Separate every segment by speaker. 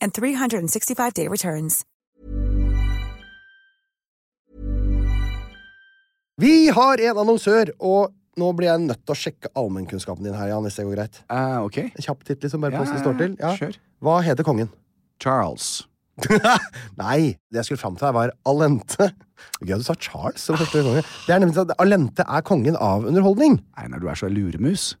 Speaker 1: and 365-day returns.
Speaker 2: Vi har en annonsør, og nå blir jeg nødt til å sjekke allmennkunnskapen din her, Jan, hvis det går greit.
Speaker 3: Ah, ok.
Speaker 2: En kjapp titt, liksom, bare på
Speaker 3: Ja,
Speaker 2: hvordan det står til. Ja.
Speaker 3: kjør.
Speaker 2: Hva heter kongen?
Speaker 3: Charles.
Speaker 2: Nei, det jeg skulle fram til her, var Alente. Gøy at du sa Charles som første konge. Det er nemlig sånn at Alente er kongen av underholdning.
Speaker 3: Einar, du er så luremus.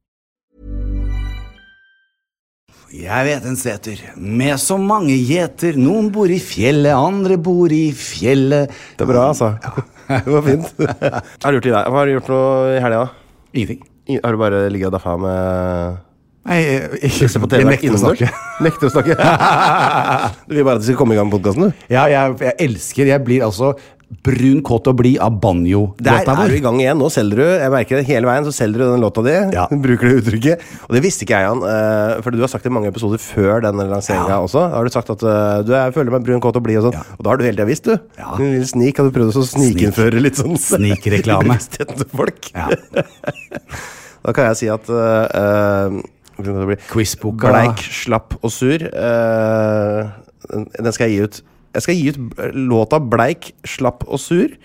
Speaker 4: Jeg vet en seter med så mange gjeter. Noen bor i fjellet, andre bor i fjellet.
Speaker 5: Det er bra, altså. Det var fint. Jeg har lurt i deg. Hva har du gjort nå i helga?
Speaker 3: Ingenting.
Speaker 5: I- Har du bare ligget og daffa med
Speaker 3: Nei, jeg, jeg,
Speaker 5: Se på TV
Speaker 3: jeg nekter å snakke.
Speaker 5: Nekter å snakke. Du vil bare at du skal komme i gang med podkasten, du?
Speaker 3: Ja, jeg, jeg elsker Jeg blir altså brun, kåt og blid av
Speaker 5: Der
Speaker 3: banjo-låta
Speaker 5: er du
Speaker 3: vår.
Speaker 5: i gang igjen. Nå selger du jeg merker det hele veien, så selger du den låta di.
Speaker 3: Ja.
Speaker 5: Du Bruker det uttrykket. Og det visste ikke jeg, Jan. eh, Fordi du har sagt det i mange episoder før den lanseringa
Speaker 3: Ja.
Speaker 5: også. Har du sagt at eh, du jeg føler meg brun, kåt og blid og sånn.
Speaker 3: Ja.
Speaker 5: Og da har du hele tida visst, du.
Speaker 3: Ja.
Speaker 5: En liten snik. Hadde du prøvd å snikinnføre litt sånn
Speaker 3: Snikreklame.
Speaker 5: bevisstheten til folk.
Speaker 3: Ja.
Speaker 5: Da kan jeg si at uh, uh,
Speaker 3: Quizboka.
Speaker 5: Bleik, slapp og sur. eh, den- den skal jeg gi ut. Jeg skal gi ut eh, låta 'Bleik, slapp og sur'.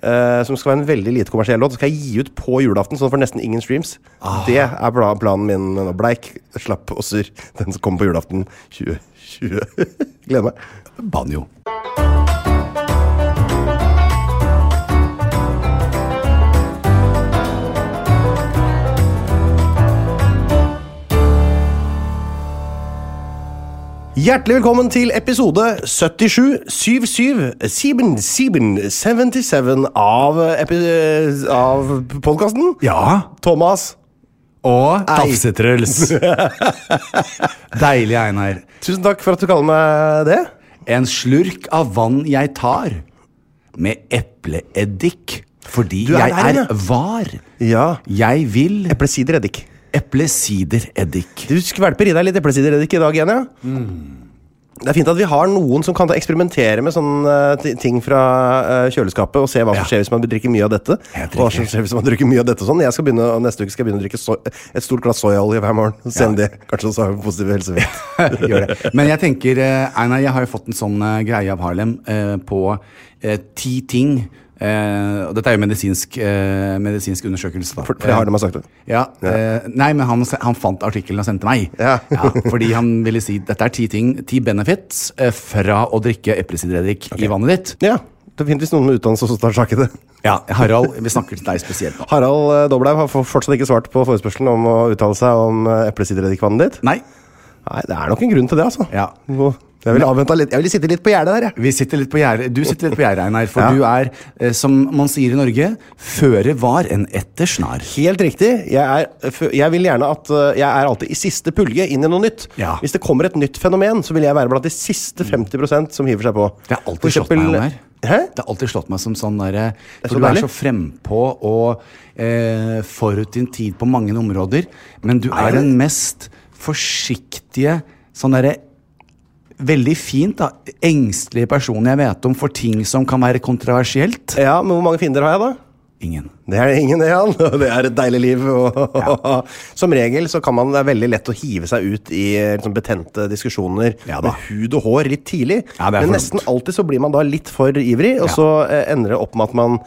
Speaker 5: eh, som skal være en veldig lite kommersiell låt. Den skal jeg gi ut på julaften, så den får nesten ingen streams. Det er pla- planen min nå. Bleik, slapp og sur. Den som kommer på julaften 2020. Gleder meg.
Speaker 3: Banjo.
Speaker 5: Hjertelig velkommen til episode 77 77 77 77 av, epi- av podkasten.
Speaker 3: Ja.
Speaker 5: Thomas, Ei.
Speaker 3: Og Tafsetrøls. Deilig, Einar.
Speaker 5: tusen takk for at du kaller meg det.
Speaker 3: En slurk av vann jeg tar med epleeddik fordi
Speaker 5: Du er
Speaker 3: jeg
Speaker 5: der,
Speaker 3: er
Speaker 5: ja.
Speaker 3: var.
Speaker 5: Ja.
Speaker 3: Jeg vil
Speaker 5: Eplesidereddik.
Speaker 3: eplesidereddik.
Speaker 5: Du skvelper i deg litt eplesidereddik i dag igjen, ja. Det er fint at vi har noen som kan ta- eksperimentere med sånne eh, ti- ting fra eh, kjøleskapet, og se hva som
Speaker 3: Ja.
Speaker 5: skjer hvis man drikker mye av dette.
Speaker 3: Helt
Speaker 5: Og hva som
Speaker 3: riktig.
Speaker 5: skjer hvis man drikker mye av dette og sånn. Jeg skal begynne, og Neste uke skal jeg begynne å drikke so et stort glass soyaolje hver morgen. Og sende det. Kanskje også har vi positiv helseeffekt.
Speaker 3: Gjør det. Men jeg tenker, eh, Einar, jeg har jo fått en sånn eh, greie av Harlem eh, på eh, ti ting. Eh, og dette er jo medisinsk, eh, medisinsk undersøkelse, da.
Speaker 5: For, for det har de sagt det.
Speaker 3: Ja, Eh, nei, men han, han fant artikkelen og sendte meg.
Speaker 5: Ja.
Speaker 3: fordi han ville si dette er ti ting, ti benefits eh, fra å drikke eplesidereddik i vannet ditt.
Speaker 5: Ja. definitivt noen med utdannelse som tar tak i det.
Speaker 3: Ja, Harald, vi snakker til deg spesielt nå.
Speaker 5: Harald eh, Doblaug har for- fortsatt ikke svart på forespørselen om å uttale seg om eh, eplesidereddikvannet ditt.
Speaker 3: Nei.
Speaker 5: Nei, det er nok en grunn til det, altså.
Speaker 3: Ja.
Speaker 5: Nå- Jeg ville avventa litt. Jeg ville sitte litt på gjerdet der, jeg.
Speaker 3: Vi sitter litt på gjerdet, du sitter litt på gjerdet, Einar. For
Speaker 5: Ja.
Speaker 3: du er, eh, som man sier i Norge, føre var en etter snar.
Speaker 5: Helt riktig. Jeg, er, f- jeg vil gjerne at eh, Jeg er alltid i siste pulje inn i noe nytt.
Speaker 3: Ja.
Speaker 5: Hvis det kommer et nytt fenomen, så vil jeg være blant de siste 50 som hiver seg på.
Speaker 3: Det har
Speaker 5: For
Speaker 3: alltid slått meg,
Speaker 5: eksempel-
Speaker 3: Einar.
Speaker 5: Hæ?
Speaker 3: Det har alltid slått meg som sånn derre
Speaker 5: så
Speaker 3: For du er
Speaker 5: deilig.
Speaker 3: så frempå og eh, forut din tid på mange områder, men du er den mest forsiktige sånn derre Veldig fint, da. Engstelige personen jeg vet om for ting som kan være kontroversielt.
Speaker 5: Ja, men hvor mange fiender har jeg, da?
Speaker 3: Ingen.
Speaker 5: Det er ingen det, Jan. Det er et deilig liv. Og, Som regel så kan man, det er veldig lett å hive seg ut i eh, liksom, betente diskusjoner
Speaker 3: Ja da.
Speaker 5: med hud og hår litt tidlig.
Speaker 3: Ja, det er
Speaker 5: Men
Speaker 3: for
Speaker 5: nesten alltid så blir man da litt for ivrig, og
Speaker 3: Ja.
Speaker 5: så eh, ender det opp med at man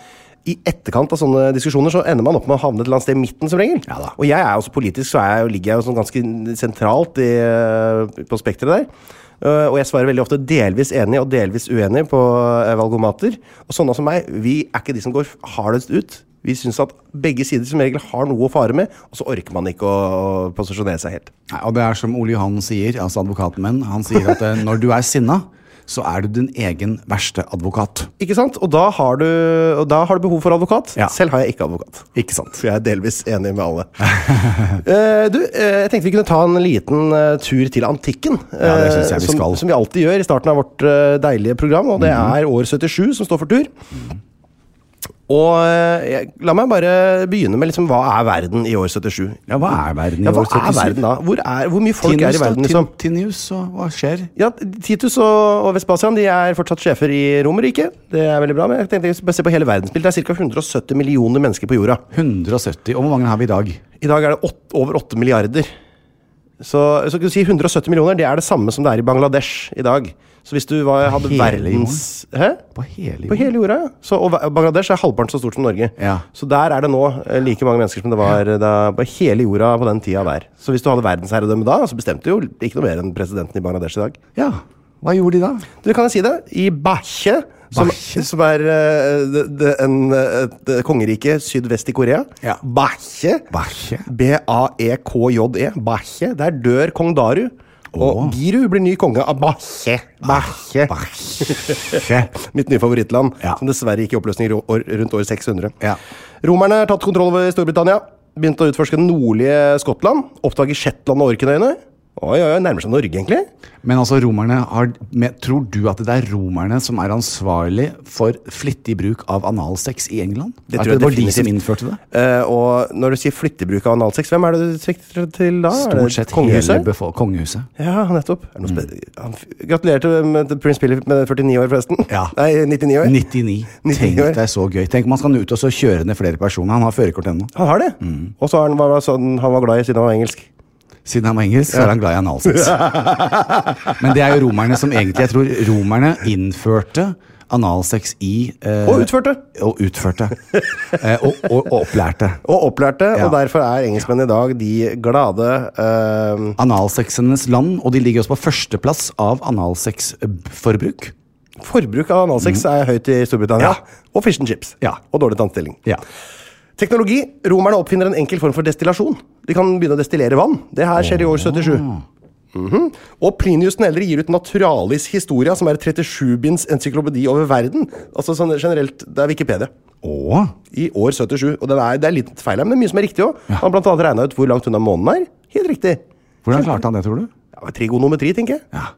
Speaker 5: i etterkant av sånne diskusjoner så ender man opp med å havne et eller annet sted i midten, som regel.
Speaker 3: Ja da.
Speaker 5: Og jeg er også politisk, så er jeg, jo- ligger jeg jo sånn ganske sentralt i, eh, på spekteret der. Eh, og jeg svarer veldig ofte delvis enig og delvis uenig på eh, valgomater. Og sånne som meg, vi er ikke de som går hardest ut. Vi syns at begge sider som regel har noe å fare med, og så orker man ikke å, å posisjonere seg helt.
Speaker 3: Nei, og det er som Ole Johan sier, altså advokaten min, han sier at eh, når du er sinna, så er du din egen verste advokat.
Speaker 5: Ikke sant? Og da har du, og da har du behov for advokat.
Speaker 3: Ja.
Speaker 5: Selv har jeg ikke advokat.
Speaker 3: Ikke sant?
Speaker 5: For jeg er delvis enig med alle. Eh, du, eh, jeg tenkte vi kunne ta en liten eh, tur til antikken.
Speaker 3: Ja, det
Speaker 5: eh,
Speaker 3: synes jeg vi
Speaker 5: som,
Speaker 3: skal. Mhm.
Speaker 5: Som vi alltid gjør i starten av vårt eh, deilige program, og det er år 77 som står for tur. Og eh, jeg, la meg bare begynne med liksom, hva er verden i år 77?
Speaker 3: Ja, hva er verden i
Speaker 5: Ja, hva
Speaker 3: år 77?
Speaker 5: er verden da? Hvor, er, hvor mye folk
Speaker 3: Tinus,
Speaker 5: er i verden,
Speaker 3: da?
Speaker 5: liksom?
Speaker 3: Tin- Tinus, og hva skjer?
Speaker 5: Ja, Titus og, og Vespasian de er fortsatt sjefer i Romerriket. Det er veldig bra. Men jeg tenkte jeg skulle bare se på hele verdensbildet. Det er ca. 170 millioner mennesker på jorda.
Speaker 3: 170. Og hvor mange har vi i dag?
Speaker 5: I dag er det åt, over 8 milliarder. Så, så kan du si 170 millioner det er det samme som det er i Bangladesh i dag. Så hvis du var, hadde
Speaker 3: hele
Speaker 5: verdens Hæ?
Speaker 3: På hele
Speaker 5: På hele jorda, ja. Så, og va- Bangladesh er halvparten så stort som Norge.
Speaker 3: Ja.
Speaker 5: Så der er det nå eh, like mange mennesker som det var eh, da, på hele jorda på den tida der. Så hvis du hadde verdensherredømme da, så bestemte jo ikke noe mer enn presidenten i Bangladesh i dag.
Speaker 3: Ja. Hva gjorde de da?
Speaker 5: Du kan jo si det. I Bache, som,
Speaker 3: Bache?
Speaker 5: som er eh, det, det, en, eh, et kongerike sydvest i Korea.
Speaker 3: Ja.
Speaker 5: Bache.
Speaker 3: Bache?
Speaker 5: E B-a-e-k-j-e. Bache. Der dør kong Daru. Og
Speaker 3: Åh. Ah,
Speaker 5: Giru blir ny konge av Bache. Bache. Mitt nye favorittland,
Speaker 3: Ja.
Speaker 5: som dessverre gikk i oppløsning ro- år, rundt år 600.
Speaker 3: Ja.
Speaker 5: Romerne har tatt kontroll over Storbritannia. Begynte å utforske det nordlige Skottland. Oppdager Shetland og Orknøyene. Oi, oi, oi, nærmer seg Norge, egentlig.
Speaker 3: Men altså, romerne har men Tror du at det er romerne som er ansvarlig for flittig bruk av analsex i England?
Speaker 5: Det
Speaker 3: At
Speaker 5: tror jeg
Speaker 3: det var de
Speaker 5: definitivt.
Speaker 3: som innførte det?
Speaker 5: Eh, og når du sier flittigbruk av analsex, hvem er det du sikter til da? Er det
Speaker 3: Stort sett hele Mm.
Speaker 5: kongehuset?
Speaker 3: befo kongehuset.
Speaker 5: Ja, nettopp. Er det noe spe- han f- Gratulerer til, med- til prins Philip med 49 år, forresten.
Speaker 3: Ja.
Speaker 5: Nei, 99 år.
Speaker 3: 99.
Speaker 5: 99
Speaker 3: Tenk
Speaker 5: år.
Speaker 3: deg så gøy. Tenk Man skal ut og så kjøre ned flere personer. Han har førerkort ennå.
Speaker 5: Han har det.
Speaker 3: Mm.
Speaker 5: Og så er han, var det sånn, han var glad i siden han var engelsk.
Speaker 3: Siden han var engelsk, så er han glad i analsex. Men det er jo romerne som egentlig Jeg tror romerne innførte analsex i eh,
Speaker 5: Og utførte!
Speaker 3: Og utførte. Eh, og, og, og opplærte.
Speaker 5: Og opplærte,
Speaker 3: Ja.
Speaker 5: og derfor er engelskmenn i dag de glade eh,
Speaker 3: Analsexenes land, og de ligger også på førsteplass av analsexforbruk.
Speaker 5: Forbruk av analsex er høyt i Storbritannia.
Speaker 3: Mm. Ja.
Speaker 5: Og fish and chips.
Speaker 3: Ja.
Speaker 5: Og dårlig tannstilling.
Speaker 3: Ja.
Speaker 5: Teknologi. Romerne oppfinner en enkel form for destillasjon. De kan begynne å destillere vann. Det her skjer i år 77. Mhm. Og Plinius den eldre gir ut Naturalis Historia, som er et 37 binds encyklopedi over verden. Altså sånn generelt, Det er Wikipedia.
Speaker 3: Og
Speaker 5: I år 77. Og det er, det er litt feil her, men det er mye som er riktig òg. Han har blant annet regna ut hvor langt unna månen er. Helt riktig.
Speaker 3: hvordan klarte han det, tror du?
Speaker 5: Ja, trigonometri, tenker jeg.
Speaker 3: Ja.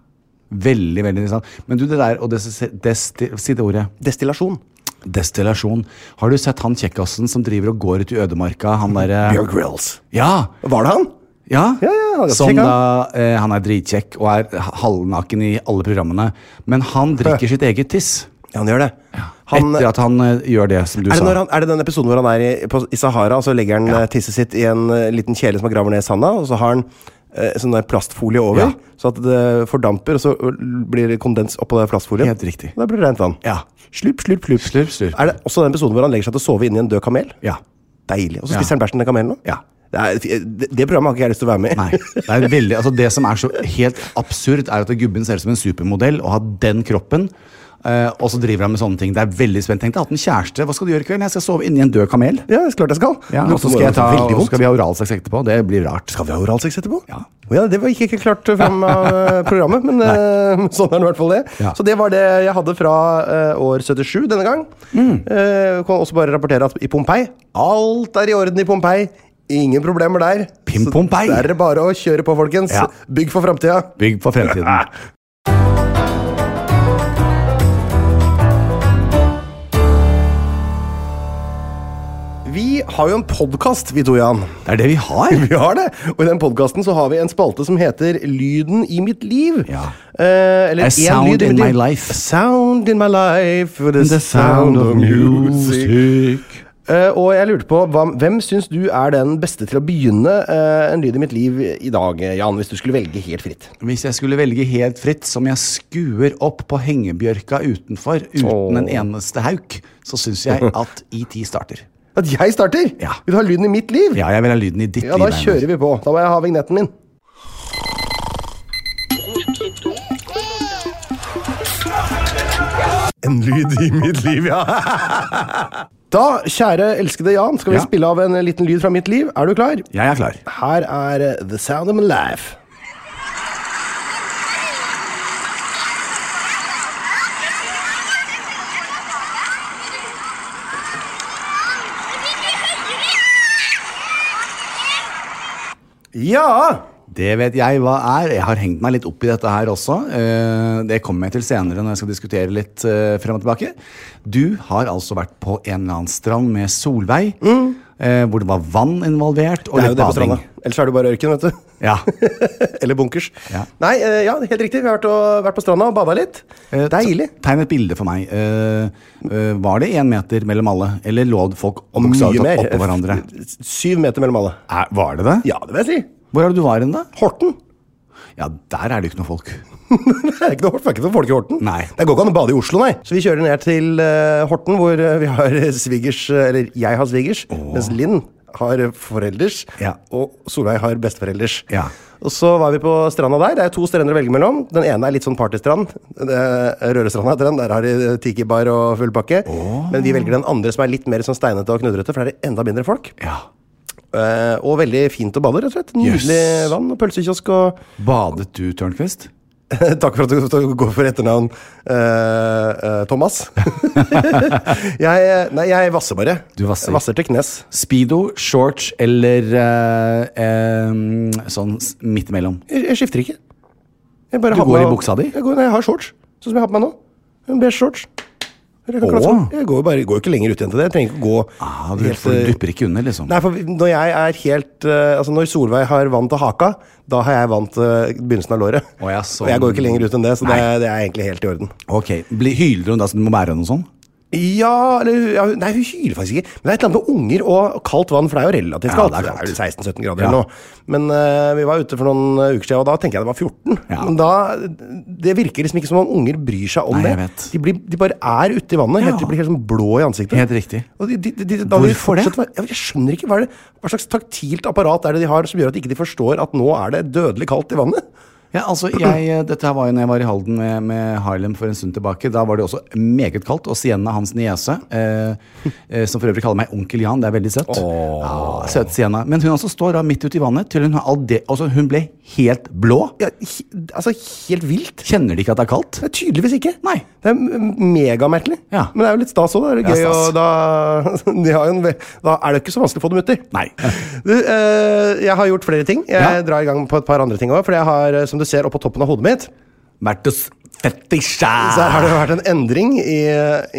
Speaker 3: Veldig, veldig interessant. Men du, det der og desi- desti... Si det ordet.
Speaker 5: Destillasjon.
Speaker 3: Destillasjon. Har du sett han kjekkasen som driver og går ut i ødemarka? Han
Speaker 5: Bear
Speaker 3: derre
Speaker 5: Grylls.
Speaker 3: Ja!
Speaker 5: Var det han?
Speaker 3: Ja,
Speaker 5: Ja, ja, han er
Speaker 3: som
Speaker 5: kjekk,
Speaker 3: da eh, Han er dritkjekk og er halvnaken i alle programmene. Men han drikker sitt eget tiss.
Speaker 5: Ja, han gjør det. Han,
Speaker 3: etter at han eh, gjør det som du
Speaker 5: er, det
Speaker 3: sa.
Speaker 5: når han, er det den episoden hvor han er i, på, i Sahara, og så legger han eh, tisset sitt i en eh, liten kjele som han graver ned i sanda, og så har han eh, sånn der plastfolie over,
Speaker 3: Ja.
Speaker 5: så at det fordamper, og så eh, blir det kondens oppå den plastfolien.
Speaker 3: Helt riktig.
Speaker 5: Og Da blir det rent vann.
Speaker 3: Ja.
Speaker 5: Slurp, slurp, slurp.
Speaker 3: Slurp, slurp.
Speaker 5: Er det også den episoden hvor han legger seg til å sove inni en død kamel?
Speaker 3: Ja.
Speaker 5: Deilig. Og så
Speaker 3: Ja.
Speaker 5: spiser han bæsjen til kamelen nå?
Speaker 3: Ja.
Speaker 5: Det, er, det, det programmet har ikke jeg lyst til å være med i.
Speaker 3: Nei. Det, er veldig, altså det som er så helt absurd, er at gubben ser ut som en supermodell og har den kroppen. Eh, og så driver han med sånne ting. Det er veldig spent. Tenk deg, jeg har hatt en kjæreste. Hva skal du gjøre i kveld? Jeg skal sove inni en død kamel.
Speaker 5: Ja, det er klart jeg skal.
Speaker 3: Ja,
Speaker 5: Det
Speaker 3: og så skal, jeg ta,
Speaker 5: veldig
Speaker 3: og så
Speaker 5: vondt.
Speaker 3: skal vi ha oralsex etterpå. Det blir rart.
Speaker 5: Skal vi ha oralsex etterpå?
Speaker 3: Ja.
Speaker 5: Å ja, det var ikke, ikke klart fram av eh, programmet, men eh, sånn er det i hvert fall det.
Speaker 3: Ja.
Speaker 5: Så det var det jeg hadde fra eh, år 77 denne gang.
Speaker 3: Mm.
Speaker 5: Eh, kan også bare rapportere at i Pompeii Alt er i orden i Pompeii. Ingen problemer der.
Speaker 3: Pim
Speaker 5: Så
Speaker 3: Pompeii.
Speaker 5: Der er det bare å kjøre på, folkens.
Speaker 3: Ja.
Speaker 5: Bygg for framtida.
Speaker 3: Bygg for fremtiden.
Speaker 5: Vi har jo en podkast, vi to, Jan.
Speaker 3: Det er det vi har.
Speaker 5: Vi har det! Og i den podkasten så har vi en spalte som heter Lyden i mitt liv.
Speaker 3: Ja.
Speaker 5: Eh, eller
Speaker 3: A
Speaker 5: en
Speaker 3: sound
Speaker 5: lyd i
Speaker 3: in
Speaker 5: mitt liv.
Speaker 3: my life.
Speaker 5: A sound in my life. The, sound of music. Eh, og jeg lurte på, hva, hvem syns du er den beste til å begynne eh, en lyd i mitt liv i dag, eh, Jan? Hvis du skulle velge helt fritt.
Speaker 3: Hvis jeg skulle velge helt fritt, som jeg skuer opp på hengebjørka utenfor uten
Speaker 5: Åh.
Speaker 3: en eneste hauk, så syns jeg at ET starter.
Speaker 5: At jeg starter?
Speaker 3: Ja.
Speaker 5: Vil du ha lyden i mitt liv?
Speaker 3: Ja, jeg vil ha lyden i ditt
Speaker 5: Ja, da
Speaker 3: liv.
Speaker 5: kjører vi på. Da må jeg ha vignetten min. En lyd i mitt liv, ja. Da, kjære elskede Jan, skal vi
Speaker 3: Ja.
Speaker 5: spille av en liten lyd fra mitt liv. Er du klar?
Speaker 3: Jeg er klar.
Speaker 5: Her er eh, The Sound of My Life. Ja!
Speaker 3: Det vet jeg hva er. Jeg har hengt meg litt opp i dette her også. Eh, Det kommer jeg til senere når jeg skal diskutere litt eh, frem og tilbake. Du har altså vært på en eller annen strand med Solveig, eh, hvor det var vann involvert, og
Speaker 5: Mm. Det er jo
Speaker 3: litt
Speaker 5: det på stranda.
Speaker 3: bading.
Speaker 5: Ellers er det bare ørken, vet du.
Speaker 3: Ja.
Speaker 5: Eller bunkers.
Speaker 3: Ja.
Speaker 5: Nei, eh, ja, helt riktig. Vi har vært, og, vært på stranda og bada litt.
Speaker 3: Eh,
Speaker 5: Deilig.
Speaker 3: te- Tegn et bilde for meg. Eh, eh, var det én meter mellom alle, eller lå folk
Speaker 5: Mye
Speaker 3: bokstavelig talt
Speaker 5: mer.
Speaker 3: oppå hverandre?
Speaker 5: Syv meter mellom alle.
Speaker 3: Er, var det det?
Speaker 5: Ja, det vil jeg si.
Speaker 3: Hvor er det du var hen, da?
Speaker 5: Horten.
Speaker 3: Ja, der er det jo ikke noe folk.
Speaker 5: det er ikke noe det er ikke noe folk i Horten.
Speaker 3: Nei.
Speaker 5: Det går ikke an å bade i Oslo, nei. Så vi kjører ned til eh, Horten, hvor eh, vi har eh, svigers eh, Eller jeg har svigers, mens Linn har eh, forelders.
Speaker 3: Ja.
Speaker 5: Og Solveig har besteforelders.
Speaker 3: Ja.
Speaker 5: Og så var vi på stranda der. Det er to strender å velge mellom. Den ene er litt sånn partystrand. Det er Rørestranda heter den. Der har de tiki-bar og full pakke. Men vi velger den andre som er litt mer sånn steinete og knudrete, for der er det enda mindre folk.
Speaker 3: Ja.
Speaker 5: Eh, og veldig fint å bade, rett og slett. Nydelig
Speaker 3: Jøss.
Speaker 5: vann og pølsekiosk og
Speaker 3: Badet du, Tørnquist?
Speaker 5: Takk for at du- at du går for etternavn, eh, eh, Thomas. jeg, nei, jeg vasser bare.
Speaker 3: Du vasser.
Speaker 5: vasser til knes.
Speaker 3: Speedo, shorts eller eh, em, sånn s- midt imellom?
Speaker 5: Jeg, jeg skifter ikke. Jeg bare
Speaker 3: Du
Speaker 5: har på
Speaker 3: går i
Speaker 5: meg-
Speaker 3: buksa di?
Speaker 5: Jeg, går, nei, jeg har shorts, sånn som jeg har på meg nå. En beige shorts. Eller Jeg, kan
Speaker 3: Åh.
Speaker 5: klatre- jeg går, bare, går jo ikke lenger ut igjen til det. Jeg trenger ikke gå
Speaker 3: Ah, du, for
Speaker 5: eh,
Speaker 3: du dupper ikke under, liksom?
Speaker 5: Nei, for vi- når jeg er helt eh, Altså, når Solveig har vann til haka, da har jeg vann til begynnelsen av låret.
Speaker 3: Å, ja, sånn.
Speaker 5: Og jeg går ikke lenger ut enn det, så det,
Speaker 3: Nei.
Speaker 5: det er egentlig helt i orden.
Speaker 3: Ok, bli, Hyler hun da som du må bære henne og sånn?
Speaker 5: Ja, eller ja, hun- Nei, hun hyler faktisk ikke. Men det er et eller annet med unger og kaldt vann, for det er jo relativt
Speaker 3: Ja,
Speaker 5: kaldt.
Speaker 3: det er
Speaker 5: det
Speaker 3: kaldt.
Speaker 5: er vel 16-17 grader
Speaker 3: Ja.
Speaker 5: eller noe. Men eh, vi var ute for noen eh, uker siden, og da tenker jeg det var 14.
Speaker 3: Ja.
Speaker 5: Men da Det virker liksom ikke som om unger bryr seg om
Speaker 3: Nei, jeg
Speaker 5: det.
Speaker 3: vet.
Speaker 5: De, blir, de bare er ute i vannet.
Speaker 3: Ja.
Speaker 5: Helt, de blir helt sånn blå i ansiktet.
Speaker 3: Helt riktig.
Speaker 5: Og de, de, de, de, da vil de
Speaker 3: Hvorfor det?
Speaker 5: fortsette å være- Jeg, jeg skjønner ikke hva, er det, hva slags taktilt apparat er det de har som gjør at ikke de ikke forstår at nå er det dødelig kaldt i vannet.
Speaker 3: Ja, altså, jeg, eh, Dette her var jo når jeg var i Halden med, med Harlem for en stund tilbake. Da var det også meget kaldt. Og Sienna, hans niese, eh, eh, som for øvrig kaller meg onkel Jan, det er veldig søtt. Ja, søt Sienna. Men hun altså står da midt ute i vannet til hun, har all det, altså, hun ble helt blå.
Speaker 5: Ja, he, altså, helt vilt.
Speaker 3: Kjenner de ikke at det er kaldt?
Speaker 5: Det er tydeligvis ikke.
Speaker 3: Nei.
Speaker 5: Det er m- megamerkelig.
Speaker 3: Ja.
Speaker 5: Men det er jo litt stas òg. Da. er det
Speaker 3: Ja,
Speaker 5: Gøy,
Speaker 3: stas.
Speaker 5: og da, de har jo en, ve- da er det jo ikke så vanskelig å få dem uti.
Speaker 3: Nei.
Speaker 5: Du, eh, jeg har gjort flere ting. Jeg
Speaker 3: Ja.
Speaker 5: drar i gang på et par andre ting òg. For jeg har, eh, som du ser oppå toppen av hodet mitt,
Speaker 3: Mertes
Speaker 5: så
Speaker 3: fetisja!
Speaker 5: har det vært en endring i,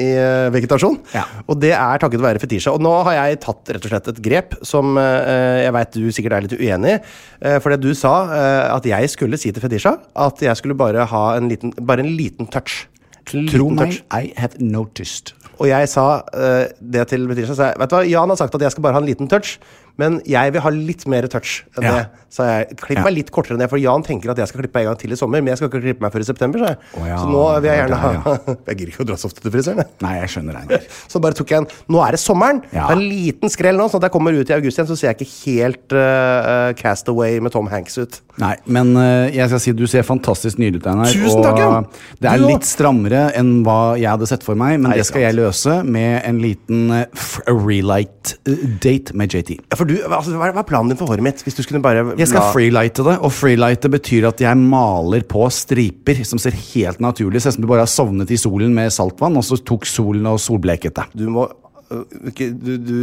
Speaker 5: i eh, vegetasjon.
Speaker 3: Ja.
Speaker 5: Og det er takket være fetisja. Og nå har jeg tatt rett og slett et grep som eh, jeg veit du sikkert er litt uenig i. Eh, for det du sa, eh, at jeg skulle si til fetisja at jeg skulle bare ha en liten, bare en liten touch. En
Speaker 3: Tro
Speaker 5: liten
Speaker 3: meg,
Speaker 5: touch.
Speaker 3: I have noticed.
Speaker 5: Og jeg sa eh, det til Fetisha. Sa jeg, vet du hva, Jan har sagt at jeg skal bare ha en liten touch, Men jeg vil ha litt mer touch enn
Speaker 3: Ja.
Speaker 5: det. Så jeg klipp
Speaker 3: Ja.
Speaker 5: meg litt kortere enn det, for Jan tenker at jeg skal klippe meg en gang til i sommer, men jeg skal ikke klippe meg før i september, sa jeg.
Speaker 3: Å ja,
Speaker 5: så nå vil jeg
Speaker 3: det er
Speaker 5: gjerne ha
Speaker 3: der,
Speaker 5: Jeg gidder ikke å dra så ofte til frisøren, jeg.
Speaker 3: Nei, jeg skjønner, Einar.
Speaker 5: Så bare tok jeg en Nå er det sommeren!
Speaker 3: Ja.
Speaker 5: Ta En liten skrell nå, sånn at jeg kommer ut i august igjen, så ser jeg ikke helt eh, eh, Cast Away med Tom Hanks ut.
Speaker 3: Nei, men eh, jeg skal si du ser fantastisk nydelig ut, Einar.
Speaker 5: Tusen takk, Jan.
Speaker 3: og eh, det er
Speaker 5: Du
Speaker 3: litt strammere enn hva jeg hadde sett for meg, men
Speaker 5: Nei,
Speaker 3: det skal jeg løse med en liten eh, f- relight eh, date med JT.
Speaker 5: Ja, for du, altså, hva, er, hva er planen din for håret mitt? Hvis du skulle bare
Speaker 3: Jeg skal
Speaker 5: la-
Speaker 3: freelighte det, og freelighte betyr at jeg maler på striper som ser helt naturlig Ser ut som du bare har sovnet i solen med saltvann, og så tok solen og solbleket deg.
Speaker 5: Du må øh, ikke, du, du,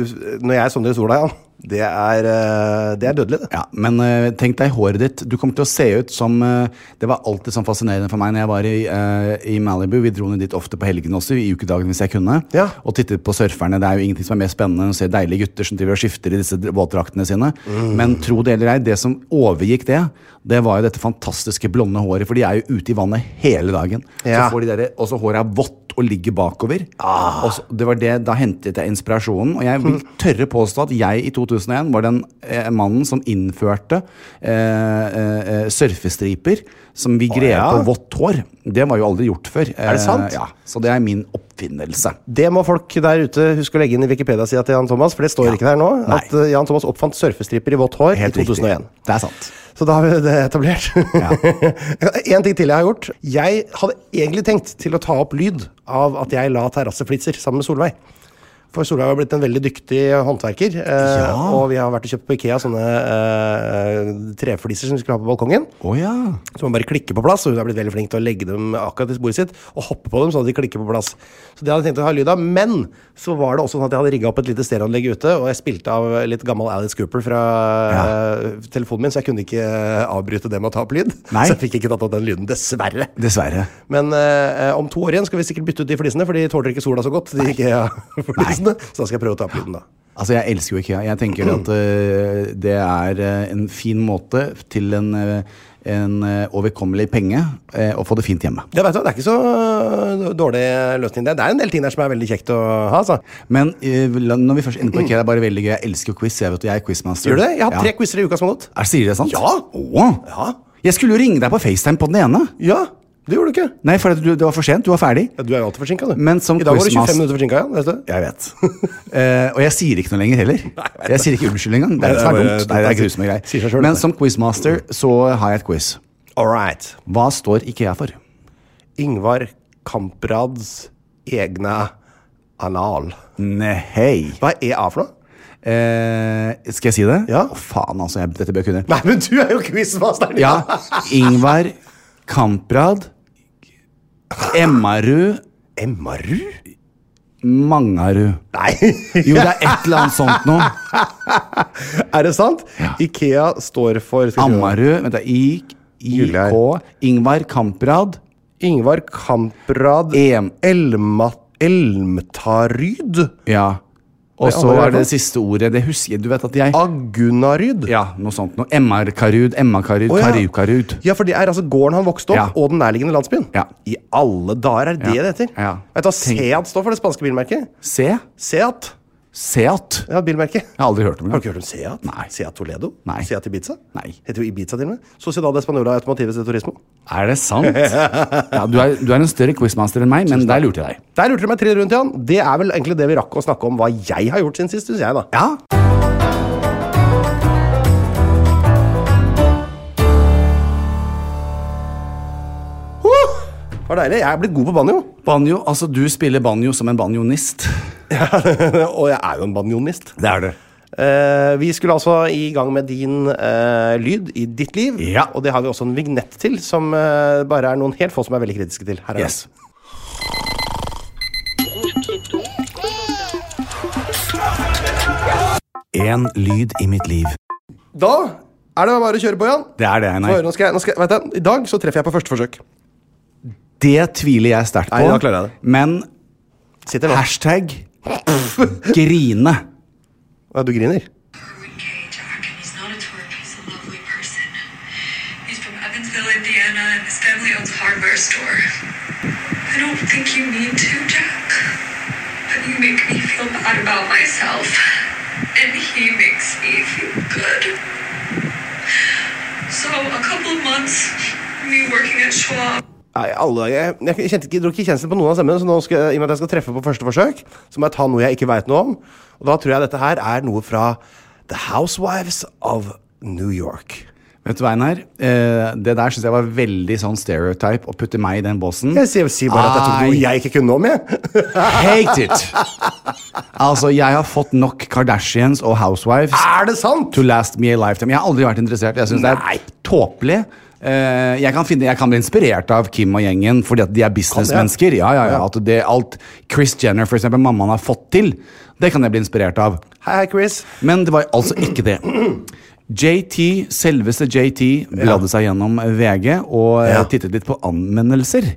Speaker 5: Når jeg sovner i sola, Jan, det er, øh, det er dødelig, det.
Speaker 3: Ja, men eh, tenk deg håret ditt. Du kommer til å se ut som eh, Det var alltid sånn fascinerende for meg når jeg var i, eh, i Malibu. Vi dro ned dit ofte på helgene også, i ukedagene hvis jeg kunne.
Speaker 5: Ja.
Speaker 3: Og tittet på surferne. Det er jo ingenting som er mer spennende enn å se deilige gutter som driver og skifter i disse dr- våtdraktene sine.
Speaker 5: Mm.
Speaker 3: Men tro det eller ei, det som overgikk det, det var jo dette fantastiske blonde håret. For de er jo ute i vannet hele dagen.
Speaker 5: Ja. Ah.
Speaker 3: Så får de derre- og så håret er vått og ligger bakover. Og så, det var det, Da hentet jeg inspirasjonen. Og jeg vil tørre påstå at jeg i 2001 var den eh, mannen som innførte eh, eh, eh, surfestriper som vi greier
Speaker 5: ja.
Speaker 3: på vått hår. Det var jo aldri gjort før. Eh,
Speaker 5: det sant?
Speaker 3: ja. Så det er min oppfinnelse.
Speaker 5: Det må folk der ute huske å legge inn i Wikipedia-sida til Jan Thomas, for det står ikke der nå.
Speaker 3: Nei.
Speaker 5: At øh, Jan Thomas oppfant surfestriper i vått hår i 2001.
Speaker 3: riktig. Det er sant.
Speaker 5: Så da har vi det etablert. en ting til jeg har gjort. Jeg hadde egentlig tenkt til å ta opp lyd av at jeg la terrasseflitser sammen med Solveig. For Solveig har blitt en veldig dyktig håndverker. eh,
Speaker 3: Ja.
Speaker 5: Og vi har vært og kjøpt på Ikea sånne eh, trefliser som vi skulle ha på balkongen.
Speaker 3: Å ja.
Speaker 5: Så man bare klikker på plass, og hun har blitt veldig flink til å legge dem akkurat i sporet sitt. Og hoppe på dem sånn at de klikker på plass. Så det hadde jeg tenkt å ha lyd av. Men så var det også sånn at jeg hadde rigga opp et lite stereoanlegg ute, og jeg spilte av litt gammel Alice Cooper fra eh, telefonen min, så jeg kunne ikke eh, avbryte det med å ta opp lyd.
Speaker 3: Nei.
Speaker 5: Så jeg fikk ikke tatt opp den lyden, dessverre.
Speaker 3: Dessverre.
Speaker 5: Men eh, om to år igjen skal vi sikkert bytte ut de flisene, for de tåler ikke sola så godt. De IKEA-flisene. Så da skal jeg prøve å ta opp lyden, da.
Speaker 3: Altså, Jeg elsker jo IKEA. Jeg tenker at eh, det er eh, en fin måte til en, eh, en eh, overkommelig penge eh, å få det fint hjemme.
Speaker 5: Ja, vet du, Det er ikke så eh, dårlig løsning. Det Det er en del ting der som er veldig kjekt å ha. altså.
Speaker 3: Men eh, la- når vi først er inne på IKEA, det er bare veldig gøy. Jeg elsker jo quiz. Jeg vet du, jeg er quizmaster.
Speaker 5: Gjør du det? Jeg har hatt
Speaker 3: Ja.
Speaker 5: tre quizer i uka som har gått.
Speaker 3: Er, sier du det sant?
Speaker 5: Ja.
Speaker 3: Åh.
Speaker 5: Ja.
Speaker 3: Jeg skulle jo ringe deg på FaceTime på den ene.
Speaker 5: Ja, det gjorde du ikke.
Speaker 3: Nei, for at du, det var for sent. Du var ferdig.
Speaker 5: Ja, du er jo alltid forsinka, du.
Speaker 3: Men som
Speaker 5: I dag var du 25
Speaker 3: quizmaster-
Speaker 5: minutter forsinka, ja. Vet du?
Speaker 3: Jeg vet. Eh, og jeg sier ikke noe lenger heller. jeg sier ikke unnskyld engang. Det er det
Speaker 5: Nei,
Speaker 3: som er
Speaker 5: det er
Speaker 3: dumt.
Speaker 5: bare-
Speaker 3: Nei, det er grusomme greier.
Speaker 5: Sier seg selv,
Speaker 3: Men
Speaker 5: det.
Speaker 3: som quizmaster så har jeg et quiz.
Speaker 5: All right.
Speaker 3: Hva står IKEA for?
Speaker 5: Ingvar Kamprads egne anal.
Speaker 3: Nei.
Speaker 5: Hva er EA for noe?
Speaker 3: Eh, skal jeg si det?
Speaker 5: Ja.
Speaker 3: Å, faen, altså. Jeg, dette bør jeg kunne.
Speaker 5: Nei, men du er jo quizmasteren!
Speaker 3: Ja. Ingvar Kamprad. Emmarud.
Speaker 5: Emmarud?
Speaker 3: Mangarud.
Speaker 5: Nei!
Speaker 3: Jo, det er et eller annet sånt noe.
Speaker 5: er det sant? Ikea står for skal vi se.
Speaker 3: Ammarud. Vent, da. IK.
Speaker 5: Juliar.
Speaker 3: Ingvar Kamprad.
Speaker 5: Ingvar Kamprad
Speaker 3: Em-
Speaker 5: Elma, Elmtaryd?
Speaker 3: Ja. Og
Speaker 5: Det er
Speaker 3: så
Speaker 5: alle
Speaker 3: er det
Speaker 5: det.
Speaker 3: siste ordet. Det husker jeg. Du vet at jeg
Speaker 5: Ah. Agunaryd?
Speaker 3: Ja, noe sånt noe. MR-karud, MR-karud,
Speaker 5: Å, ja.
Speaker 3: Karukarud.
Speaker 5: Ja, for det er altså gården han vokste opp,
Speaker 3: Ja.
Speaker 5: og den nærliggende landsbyen.
Speaker 3: Ja.
Speaker 5: I alle dager, er det
Speaker 3: Ja.
Speaker 5: det heter?
Speaker 3: Ja.
Speaker 5: Vet du hva
Speaker 3: Tenk-
Speaker 5: Seat står for, det spanske bilmerket?
Speaker 3: Se.
Speaker 5: Seat.
Speaker 3: Seat. Jeg
Speaker 5: Ja, bilmerket.
Speaker 3: har aldri hørt om
Speaker 5: Har du
Speaker 3: det.
Speaker 5: ikke hørt om Seat?
Speaker 3: Nei.
Speaker 5: Seat Toledo?
Speaker 3: Nei.
Speaker 5: Seat Ibiza?
Speaker 3: Nei.
Speaker 5: Heter jo Ibiza til og med. Sociedad Española Automotives de Turismo.
Speaker 3: Er det sant? Ja, du, er, du er en større quizmaster enn meg, men der lurte jeg deg.
Speaker 5: Der lurte du meg tre rundt, Jan. Det er vel egentlig det vi rakk å snakke om hva jeg har gjort siden sist, syns jeg, da.
Speaker 3: Ja.
Speaker 5: Huh! Det var deilig. Jeg er blitt god på banjo.
Speaker 3: Banjo, altså Du spiller banjo som en banjonist.
Speaker 5: og jeg er jo en banjonist.
Speaker 3: Det er du.
Speaker 5: Eh, vi skulle altså i gang med din eh, lyd i ditt liv.
Speaker 3: Ja.
Speaker 5: Og det har vi også en vignett til, som eh, bare er noen helt få som er veldig kritiske til. Her er
Speaker 3: Yes.
Speaker 5: den.
Speaker 3: Én lyd i mitt liv.
Speaker 5: Da er det bare å kjøre på, Jan.
Speaker 3: Det er det,
Speaker 5: Få høre,
Speaker 3: Einar.
Speaker 5: Nå skal jeg, nå skal jeg, vet du, I dag så treffer jeg på første forsøk.
Speaker 3: Det tviler jeg sterkt på.
Speaker 5: Nei, da klarer jeg det.
Speaker 3: Men
Speaker 5: Sitter nå.
Speaker 3: hashtag grine.
Speaker 5: Ja, du griner.
Speaker 6: Edwin K. Jack. He's not a twerp. He's a lovely person. He's from Evansville, Indiana, and his family owns a hardware store. I don't think you need to, Jack. But you make me feel bad about myself. And he makes me leave you good. So a couple of months, me working at Schwab.
Speaker 5: Nei, alle, jeg, jeg kjente ikke, dro ikke kjensel på noen av stemmene, så nå skal, jeg- i og med at jeg skal treffe på første forsøk, så må jeg ta noe jeg ikke veit noe om. Og da tror jeg dette her er noe fra The Housewives of New York.
Speaker 3: Vet du hva, Einar? Eh, det der syns jeg var veldig sånn stereotype å putte meg i den båsen.
Speaker 5: Jeg sier, sier bare at jeg tok noe
Speaker 3: I
Speaker 5: jeg ikke kunne om, jeg.
Speaker 3: hate it! altså, jeg har fått nok Kardashians og Housewives
Speaker 5: Er det sant?!
Speaker 3: to last me a lifetime. Jeg har aldri vært interessert. Jeg syns det er tåpelig. Eh, jeg, kan finne, jeg kan bli inspirert av Kim og gjengen fordi at de er businessmennesker. Ja, ja, ja,
Speaker 5: Ja.
Speaker 3: at det, alt Chris Jenner, for eksempel, mammaen har fått til, det kan jeg bli inspirert av.
Speaker 5: Hei, hei, Chris.
Speaker 3: Men det var altså ikke det. JT, selveste JT, bladde seg gjennom VG og eh,
Speaker 5: Ja.
Speaker 3: tittet litt på anmeldelser.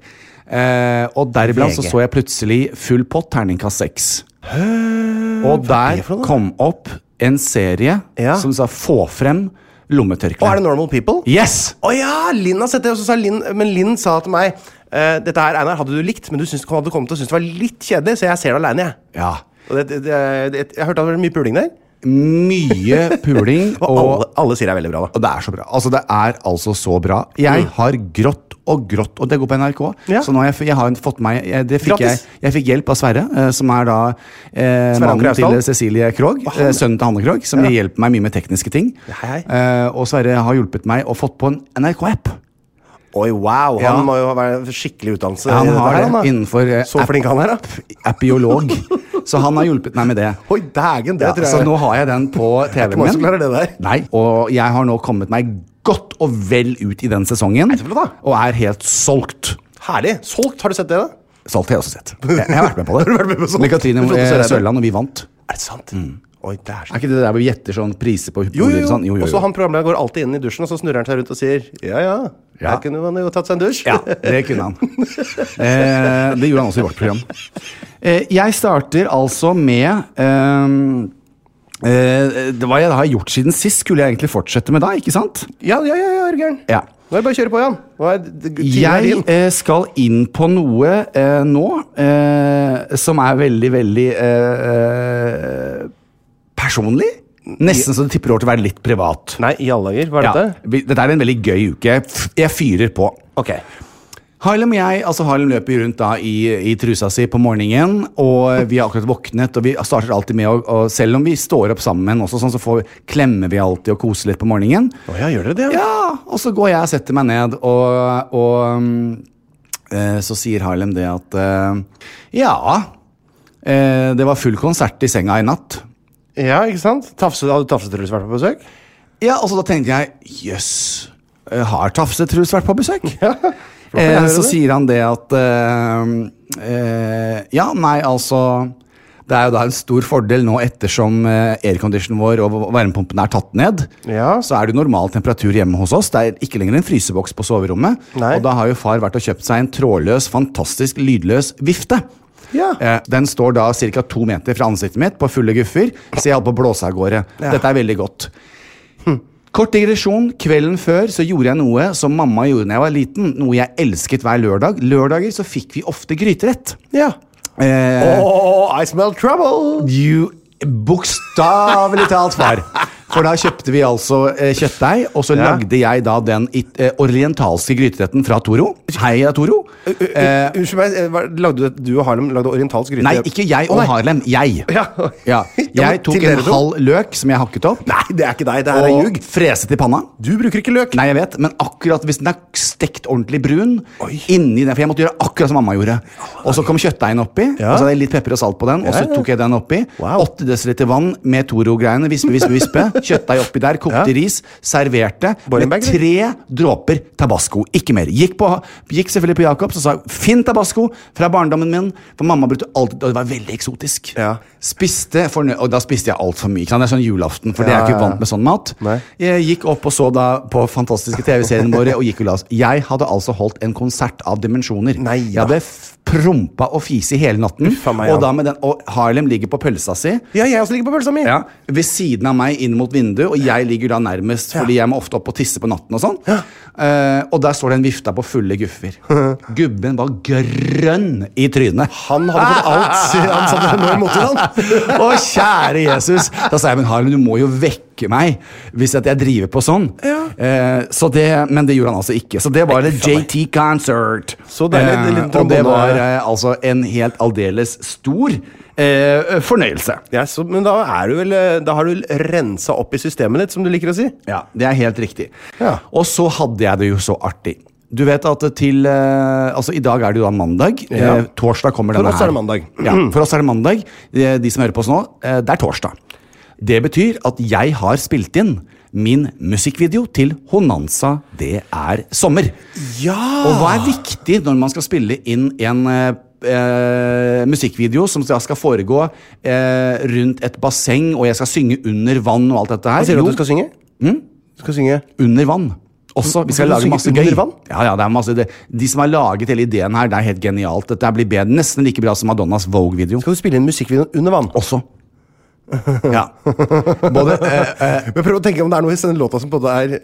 Speaker 3: Eh, og deriblant så
Speaker 5: VG.
Speaker 3: så jeg plutselig Full pott, terningkast seks. Og der
Speaker 5: det for noe?
Speaker 3: kom opp en serie
Speaker 5: Ja.
Speaker 3: som sa 'få
Speaker 5: Og
Speaker 3: frem
Speaker 5: er det
Speaker 3: lommetørkleet'.
Speaker 5: Normal People?
Speaker 3: Yes!
Speaker 5: Å ja! Linn har sett det, og så sa Linn Men Linn sa til meg eh, Dette her, Einar, hadde du likt, men du syns, hadde kommet til å synes det var litt kjedelig, så jeg ser det aleine, jeg.
Speaker 3: Ja.
Speaker 5: Og det, det, det, det, jeg hørte at det var mye puling der.
Speaker 3: Mye puling
Speaker 5: Og,
Speaker 3: og
Speaker 5: alle, alle sier det er veldig bra, da.
Speaker 3: Og det er så bra. Altså, det er altså så bra. Jeg har grått og grått, og det går på NRK.
Speaker 5: Mm. Ja.
Speaker 3: Så nå har jeg, f- jeg har fått meg jeg, det fikk jeg,
Speaker 5: Gratis.
Speaker 3: jeg fikk hjelp av Sverre, eh, som er da eh,
Speaker 5: Sverre Anker
Speaker 3: mannen til
Speaker 5: Austdal.
Speaker 3: Cecilie Krogh.
Speaker 5: han-
Speaker 3: Eh, sønnen til Hanne Krogh, som hjelper meg mye med tekniske ting.
Speaker 5: Hei, hei.
Speaker 3: Eh, og Sverre har hjulpet meg og fått på en NRK-app.
Speaker 5: Oi, wow! Han
Speaker 3: Ja.
Speaker 5: må jo være skikkelig utdannelse. i
Speaker 3: Han
Speaker 5: dette
Speaker 3: har
Speaker 5: her,
Speaker 3: det
Speaker 5: da.
Speaker 3: innenfor eh,
Speaker 5: Så
Speaker 3: app-
Speaker 5: flink han er, da.
Speaker 3: Appiolog. så han har hjulpet meg med det.
Speaker 5: Oi, dægen, det
Speaker 3: Ja,
Speaker 5: tror jeg
Speaker 3: så nå har jeg den på
Speaker 5: Det er
Speaker 3: TV-en
Speaker 5: ikke mange som klarer det der.
Speaker 3: Nei, og jeg har nå kommet meg godt og vel ut i den sesongen.
Speaker 5: så bra, da.
Speaker 3: Og er helt solgt.
Speaker 5: Herlig. Solgt, har du sett det, da?
Speaker 3: Solgt har jeg også sett. Jeg, jeg har vært med på
Speaker 5: Har du vært med på
Speaker 3: det.
Speaker 5: Solgt?
Speaker 3: Med Katrine
Speaker 5: Du trodde
Speaker 3: eh,
Speaker 5: Søreide.
Speaker 3: Sørland, og vi vant.
Speaker 5: Er det sant? Oi, det Mm. er så
Speaker 3: Er ikke det der hvor vi gjetter sånn priser på
Speaker 5: Jo, jo, jo.
Speaker 3: sånn?
Speaker 5: Og så han programlederen går alltid inn i dusjen, og så snurrer han seg rundt og sier ja, ja.
Speaker 3: Ja.
Speaker 5: Her kunne man jo tatt seg en dusj.
Speaker 3: Ja, det kunne han. Eh, det gjorde han også i vårt program. Eh, jeg starter altså med ehm, eh, det var jeg har gjort siden sist, skulle jeg egentlig fortsette med da, ikke sant?
Speaker 5: ja, ja, ja, ja Jørgen.
Speaker 3: Ja.
Speaker 5: Nå er det bare å kjøre på, Jan. Nå er det, det, jeg,
Speaker 3: Jeg
Speaker 5: din.
Speaker 3: eh, skal inn på noe eh, nå eh, som er veldig, veldig eh, eh, personlig. Nesten så det tipper over til å være litt privat.
Speaker 5: Nei, i alle dager. Hva er dette?
Speaker 3: vi- dette er en veldig gøy uke. Jeg f- Jeg fyrer på.
Speaker 5: Ok.
Speaker 3: Harlem og jeg altså Harlem løper jo rundt da i, i trusa si på morgenen, og vi har akkurat våknet. og vi starter alltid med å, og Selv om vi står opp sammen, også sånn, så får, klemmer vi alltid og koser litt på morgenen.
Speaker 5: Å ja, gjør dere det? Ja.
Speaker 3: Ja, og så går jeg og setter meg ned, og, og mm, eh, så sier Harlem det at eh, Ja, eh, det var full konsert i senga i natt.
Speaker 5: ja, ikke sant? Tafse, hadde Tafsetrulls vært på besøk?
Speaker 3: Ja, og så da tenkte jeg jøss, eh, har Tafsetrus vært på besøk?
Speaker 5: får jeg
Speaker 3: eh,
Speaker 5: høre
Speaker 3: så
Speaker 5: det.
Speaker 3: sier han det at eh, eh, Ja, nei, altså Det er jo da en stor fordel nå ettersom eh, airconditionen vår og varmepumpen er tatt ned.
Speaker 5: Ja.
Speaker 3: Så er det normal temperatur hjemme hos oss. Det er ikke lenger en fryseboks på soverommet.
Speaker 5: Nei.
Speaker 3: Og da har jo far vært og kjøpt seg en trådløs, fantastisk lydløs vifte.
Speaker 5: Ja.
Speaker 3: Eh, den står da ca. to meter fra ansiktet mitt på fulle guffer, så jeg holdt på å blåse av gårde. Dette er veldig godt. Hm. Kort digresjon. Kvelden før så gjorde jeg noe som mamma gjorde da jeg var liten. Noe jeg elsket hver lørdag. Lørdager så fikk vi ofte gryterett.
Speaker 5: Ja.
Speaker 3: Eh,
Speaker 5: Oh, I smell trouble!
Speaker 3: You Bokstavelig talt, far. For da kjøpte vi altså eh, kjøttdeig, og så
Speaker 5: Ja.
Speaker 3: lagde jeg da den it- eh, orientalske gryteretten fra Toro. Heia Toro. Eh,
Speaker 5: Unnskyld meg, eh, hva- lagde du, du og Harlem lagde orientalsk gryte?
Speaker 3: nei, ikke jeg
Speaker 5: Å,
Speaker 3: og
Speaker 5: nei.
Speaker 3: Harlem. Jeg.
Speaker 5: Ja. Ja,
Speaker 3: Ja.
Speaker 5: men
Speaker 3: Jeg tok
Speaker 5: til
Speaker 3: en
Speaker 5: dere to.
Speaker 3: halv løk som jeg hakket opp.
Speaker 5: Nei, det er ikke deg. Det her er
Speaker 3: og
Speaker 5: ljug.
Speaker 3: freset i panna.
Speaker 5: Du bruker ikke løk.
Speaker 3: Nei, jeg vet, men akkurat hvis den er stekt ordentlig brun inni den, For jeg måtte gjøre akkurat som mamma gjorde. Og så kom kjøttdeigen oppi,
Speaker 5: Ja.
Speaker 3: og så hadde jeg litt pepper og salt på den. Og så
Speaker 5: Ja, ja.
Speaker 3: tok jeg den oppi.
Speaker 5: Wow.
Speaker 3: 8 dl vann med Toro-greiene. Vispe, vispe, vispe. Kjøttdeig oppi der. Kokte
Speaker 5: Ja.
Speaker 3: ris. Serverte
Speaker 5: Boilenberg,
Speaker 3: med tre dråper Tabasco. Ikke mer. Gikk, på, gikk selvfølgelig på Jacob, som sa 'finn Tabasco' fra barndommen min. For mamma brukte alltid Og det var veldig eksotisk.
Speaker 5: Ja.
Speaker 3: Spiste fornø Og da spiste jeg altfor mye. Ikke sant? Det er sånn julaften, for det er jeg
Speaker 5: Ja, ja,
Speaker 3: ikke
Speaker 5: ja.
Speaker 3: vant med sånn mat.
Speaker 5: Nei.
Speaker 3: Jeg gikk opp og så da på fantastiske TV-seriene våre. og gikk og la oss. Jeg hadde altså holdt en konsert av dimensjoner.
Speaker 5: Nei,
Speaker 3: Jeg
Speaker 5: ja.
Speaker 3: hadde f- prompa og fisi hele natten.
Speaker 5: Uffa meg,
Speaker 3: og,
Speaker 5: ja.
Speaker 3: da med den, og Harlem ligger på pølsa si.
Speaker 5: Ja, jeg også ligger på pølsa mi.
Speaker 3: Ja, ved siden av meg inn mot vinduet, og jeg ligger da nærmest fordi jeg må ofte opp og tisse på natten. Og sånn Eh, Og der står det en vifte på fulle guffer. Gubben var grønn i trynet.
Speaker 5: Han hadde fått alt, sier han satt der nå i motoren.
Speaker 3: Å, kjære Jesus! Da sa jeg, men Harlem, du må jo vekke sparke meg hvis at jeg driver på sånn. Eh, så det, men det gjorde han altså ikke. Så det var et JT Concert.
Speaker 5: Så deilig, det lille
Speaker 3: og det
Speaker 5: trombone-
Speaker 3: var eh, altså en helt aldeles stor eh, fornøyelse.
Speaker 5: Ja, så, men da, er du vel, eh, da har du rensa opp i systemet ditt, som du liker å si.
Speaker 3: Ja, Det er helt riktig.
Speaker 5: Ja.
Speaker 3: Og så hadde jeg det jo så artig. Du vet at til eh, Altså, i dag er det jo da mandag.
Speaker 5: Ja.
Speaker 3: Eh, torsdag kommer
Speaker 5: For
Speaker 3: denne
Speaker 5: oss
Speaker 3: her.
Speaker 5: er det mandag.
Speaker 3: Ja, for oss er det mandag. Eh, De som hører på oss nå, eh, det er torsdag. Det betyr at jeg har spilt inn min musikkvideo til Honanza Det er sommer. Og hva er viktig når man skal spille inn en eh, eh, musikkvideo som da skal foregå eh, rundt et basseng, og jeg skal synge under vann og alt dette her?
Speaker 5: Hva sier du
Speaker 3: Jo,
Speaker 5: at du skal synge? Hm? Du skal synge
Speaker 3: under vann. Også, vi skal
Speaker 5: Hvorfor
Speaker 3: lage
Speaker 5: synger-
Speaker 3: masse
Speaker 5: under
Speaker 3: gøy.
Speaker 5: vann?
Speaker 3: Ja, ja, det er masse, det, de som har laget hele ideen her, det er helt genialt. Dette her blir bedre, nesten like bra som Madonnas Vogue-video.
Speaker 5: Skal du spille inn musikkvideoen under vann?
Speaker 3: Også. Ja. Både eh, eh,
Speaker 5: Men prøv å tenke om det er noe i denne låta som på det er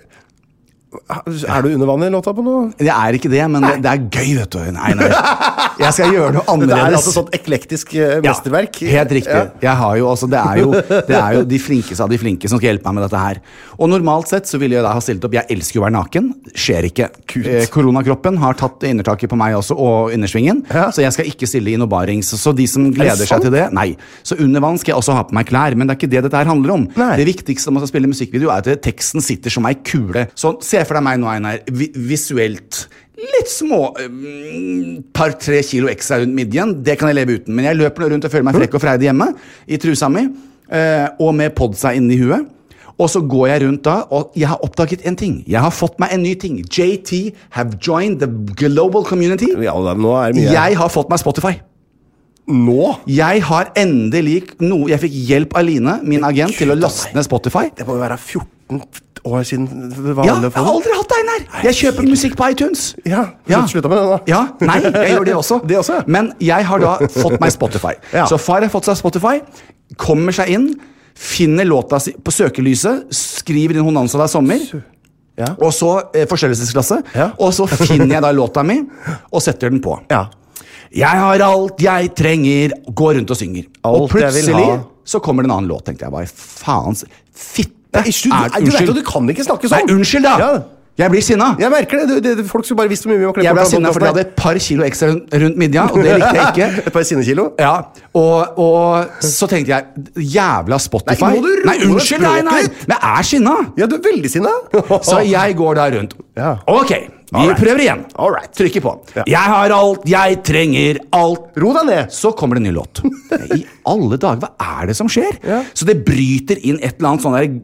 Speaker 5: Er du under vann i låta på noe?
Speaker 3: Det er ikke det, men det, det er gøy, vet du. Nei, nei. Jeg skal gjøre noe
Speaker 5: Det er
Speaker 3: annerledes.
Speaker 5: altså sånn eklektisk eh,
Speaker 3: Ja,
Speaker 5: mesterverk.
Speaker 3: Helt riktig.
Speaker 5: Ja.
Speaker 3: Jeg har jo, altså, det, er jo, det er jo de flinkeste av de flinke som skal hjelpe meg med dette her. Og normalt sett så ville jeg da ha stilt opp. Jeg elsker jo å være naken. Skjer ikke. Eh, koronakroppen har tatt innertaket på meg også, og innersvingen.
Speaker 5: Ja.
Speaker 3: Så jeg skal ikke stille i noe barings. Så de som gleder
Speaker 5: sant?
Speaker 3: seg til det, nei. Så under vann skal jeg også ha på meg klær, men det er ikke det dette her handler om.
Speaker 5: Nei.
Speaker 3: Det viktigste når man skal spille musikkvideo, er at teksten sitter som ei kule. Så se for deg meg nå, Einar. Vi visuelt. Litt små mm, Par-tre kilo ekstra rundt midjen. Det kan jeg leve uten. Men jeg løper nå rundt og føler meg frekk og freidig hjemme i trusa mi. eh, Og med podsa inni huet. Og så går jeg rundt da, og jeg har oppdaget en ting. Jeg har fått meg en ny ting. JT have joined the global community.
Speaker 5: Ja, da, nå er det mye
Speaker 3: Jeg har fått meg Spotify.
Speaker 5: Nå?
Speaker 3: Jeg har endelig noe Jeg fikk hjelp av Line, min agent, til å laste ned Spotify.
Speaker 5: Det må jo være 14 år siden det var
Speaker 3: Ja,
Speaker 5: vanlig
Speaker 3: jeg
Speaker 5: å få
Speaker 3: har
Speaker 5: den.
Speaker 3: aldri hatt det, Einar! Jeg kjøper musikk på iTunes.
Speaker 5: Ja, slutt- slutta med det, da.
Speaker 3: Ja, Nei, jeg gjør det også.
Speaker 5: Det også, ja.
Speaker 3: Men jeg har da fått meg Spotify.
Speaker 5: Ja.
Speaker 3: Så far har fått seg Spotify, kommer seg inn, finner låta si på søkelyset, skriver inn Honanza det er sommer.
Speaker 5: Ja.
Speaker 3: Og så eh, forstørrelsesklasse.
Speaker 5: Ja.
Speaker 3: Og så finner jeg da låta mi og setter den på.
Speaker 5: Ja.
Speaker 3: Jeg har alt jeg trenger, går rundt og synger. og
Speaker 5: Alt jeg vil ha.
Speaker 3: plutselig så kommer det en annen låt, tenkte jeg. Hva i faens fitte
Speaker 5: Nei, slutt, nei, du vet jo, du kan ikke snakke sånn.
Speaker 3: Nei, unnskyld, da!
Speaker 5: Ja.
Speaker 3: Jeg blir sinna.
Speaker 5: Jeg merker det. Du, det, det- folk skulle bare visst hvor mye vi må klippe
Speaker 3: Jeg ble
Speaker 5: av
Speaker 3: sinna fordi jeg hadde
Speaker 5: podcasten
Speaker 3: et par kilo ekstra rundt- rundt midja, og det likte jeg
Speaker 5: her.
Speaker 3: ikke.
Speaker 5: Et par sinnekilo?
Speaker 3: Ja, og, og så tenkte jeg Jævla Spotify.
Speaker 5: Nei, må du roe deg
Speaker 3: unnskyld, nei, nei!
Speaker 5: språket ditt.
Speaker 3: Men jeg er sinna!
Speaker 5: Ja, du er veldig sinna!
Speaker 3: Så jeg går da rundt.
Speaker 5: Ja.
Speaker 3: Ok, vi
Speaker 5: Alright.
Speaker 3: prøver igjen.
Speaker 5: Alright.
Speaker 3: Trykker på.
Speaker 5: Ja.
Speaker 3: Jeg har alt jeg trenger, alt
Speaker 5: Ro deg ned!
Speaker 3: så kommer det en ny låt. I alle dager, hva er det som skjer?
Speaker 5: Ja.
Speaker 3: Så det bryter inn et eller annet sånn der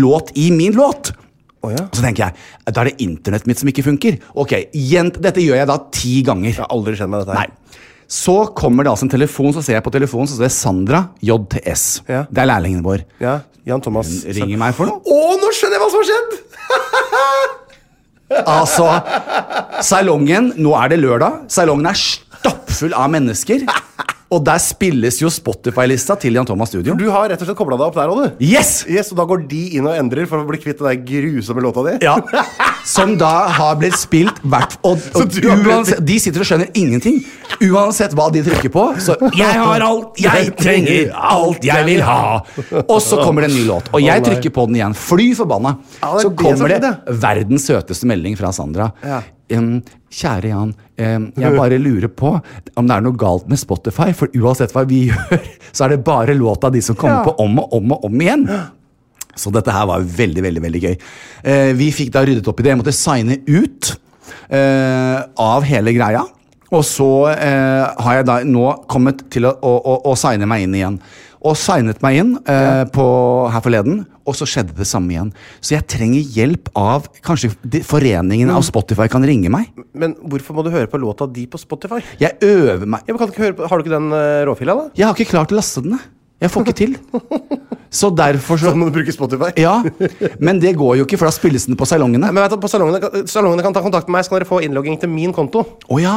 Speaker 3: låt i min låt.
Speaker 5: Å, ja.
Speaker 3: Så tenker jeg da er det internettet mitt som ikke funker. Ok, gjent, Dette gjør jeg da ti ganger.
Speaker 5: Jeg har aldri skjedd meg dette her.
Speaker 3: Nei. Så kommer det altså en telefon, så ser jeg på telefonen, så står det Sandra JTS.
Speaker 5: Ja.
Speaker 3: Det er lærlingen vår.
Speaker 5: Ja, Jan Thomas.
Speaker 3: Ringer meg for noe.
Speaker 5: Å, nå skjønner jeg hva som har skjedd!
Speaker 3: Altså, salongen Nå er det lørdag. Salongen er stappfull av mennesker. Og der spilles jo Spotify-lista til Jan Thomas Studio.
Speaker 5: Du har rett og slett kobla deg opp der òg, du.
Speaker 3: Yes!
Speaker 5: Yes, Og da går de inn og endrer for å bli kvitt den der grusomme låta di?
Speaker 3: Ja. Som da har blitt spilt hvert Og,
Speaker 5: Så
Speaker 3: og
Speaker 5: du har blitt-
Speaker 3: uansett, de sitter og skjønner ingenting. Uansett hva de trykker på. Så 'Jeg har alt jeg trenger, alt jeg vil ha'. Og så kommer det en ny låt. Og jeg trykker på den igjen. Fly forbanna.
Speaker 5: Ja, det er
Speaker 3: Så
Speaker 5: det som
Speaker 3: kommer det
Speaker 5: skjedde.
Speaker 3: verdens søteste melding fra Sandra.
Speaker 5: Ja.
Speaker 3: Em, kjære Jan, em, jeg bare lurer på om det er noe galt med Spotify. For uansett hva vi gjør, så er det bare låta de som kommer på om og om og om igjen. Så dette her var veldig, veldig veldig gøy. Eh, vi fikk da ryddet opp i det. Jeg måtte signe ut eh, av hele greia. Og så eh, har jeg da nå kommet til å, å, å, å signe meg inn igjen. Og signet meg inn eh, på, her forleden, og så skjedde det samme igjen. Så jeg trenger hjelp av Kanskje de, foreningen av Spotify kan ringe meg?
Speaker 5: Men hvorfor må du høre på låta di på Spotify?
Speaker 3: Jeg øver meg
Speaker 5: Ja, men kan du ikke høre på, Har du ikke den eh, råfila, da?
Speaker 3: Jeg har ikke klart å laste den, jeg. Jeg får ikke til. Så derfor så
Speaker 5: Da må du bruke Spotify.
Speaker 3: Ja. Men det går jo ikke, for da spilles den på salongene.
Speaker 5: Nei, Men vet du, på salongene, kan- salongene kan ta kontakt med meg, så kan dere få innlogging til min konto.
Speaker 3: Å ja!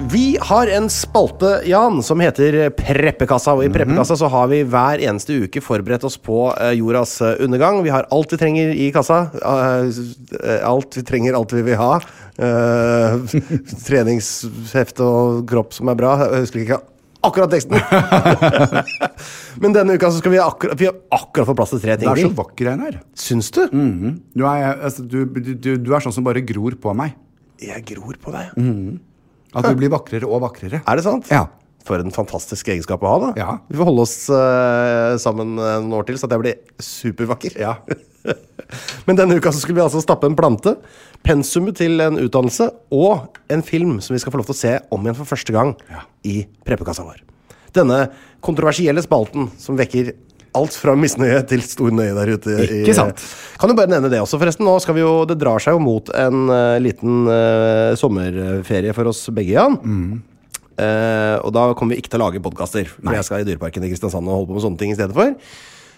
Speaker 5: Vi har en spalte, Jan, som heter Preppekassa.
Speaker 3: Mhm.
Speaker 5: Og i Preppekassa så har vi hver eneste uke forberedt oss på eh, jordas eh, undergang. Vi har alt vi trenger i kassa. eh, s- eh, alt vi trenger, alt vi vil ha. Eh, treningshefte og kropp som er bra. Jeg husker ikke akkurat teksten. Men denne uka så skal vi ha akkurat, vi har akkurat fått plass til tre
Speaker 3: Du
Speaker 5: ting.
Speaker 3: er så Mm.
Speaker 5: til.
Speaker 3: vakker, Einar.
Speaker 5: Syns du?
Speaker 3: Du er, altså, du, du, du- du er sånn som bare gror på meg.
Speaker 5: Jeg gror på deg.
Speaker 3: At du blir vakrere og vakrere.
Speaker 5: Er det sant?
Speaker 3: Ja.
Speaker 5: For en fantastisk egenskap å ha, da.
Speaker 3: Ja.
Speaker 5: Vi får holde oss eh, sammen eh, noen år til, så at jeg blir supervakker. Men denne uka så skulle vi altså stappe en plante, pensumet til en utdannelse og en film som vi skal få lov til å se om igjen for første gang i preppekassa vår. Denne kontroversielle spalten som vekker alt fra misnøye til stor nøye der ute. i-
Speaker 3: Ikke sant?
Speaker 5: Kan jo bare nevne det også, forresten. Nå skal vi jo, Det drar seg jo mot en eh, liten eh, sommerferie for oss begge, Jan.
Speaker 3: Mm.
Speaker 5: Eh, og da kommer vi ikke til å lage podkaster. For jeg skal i Dyreparken i Kristiansand og holde på med sånne ting i stedet for.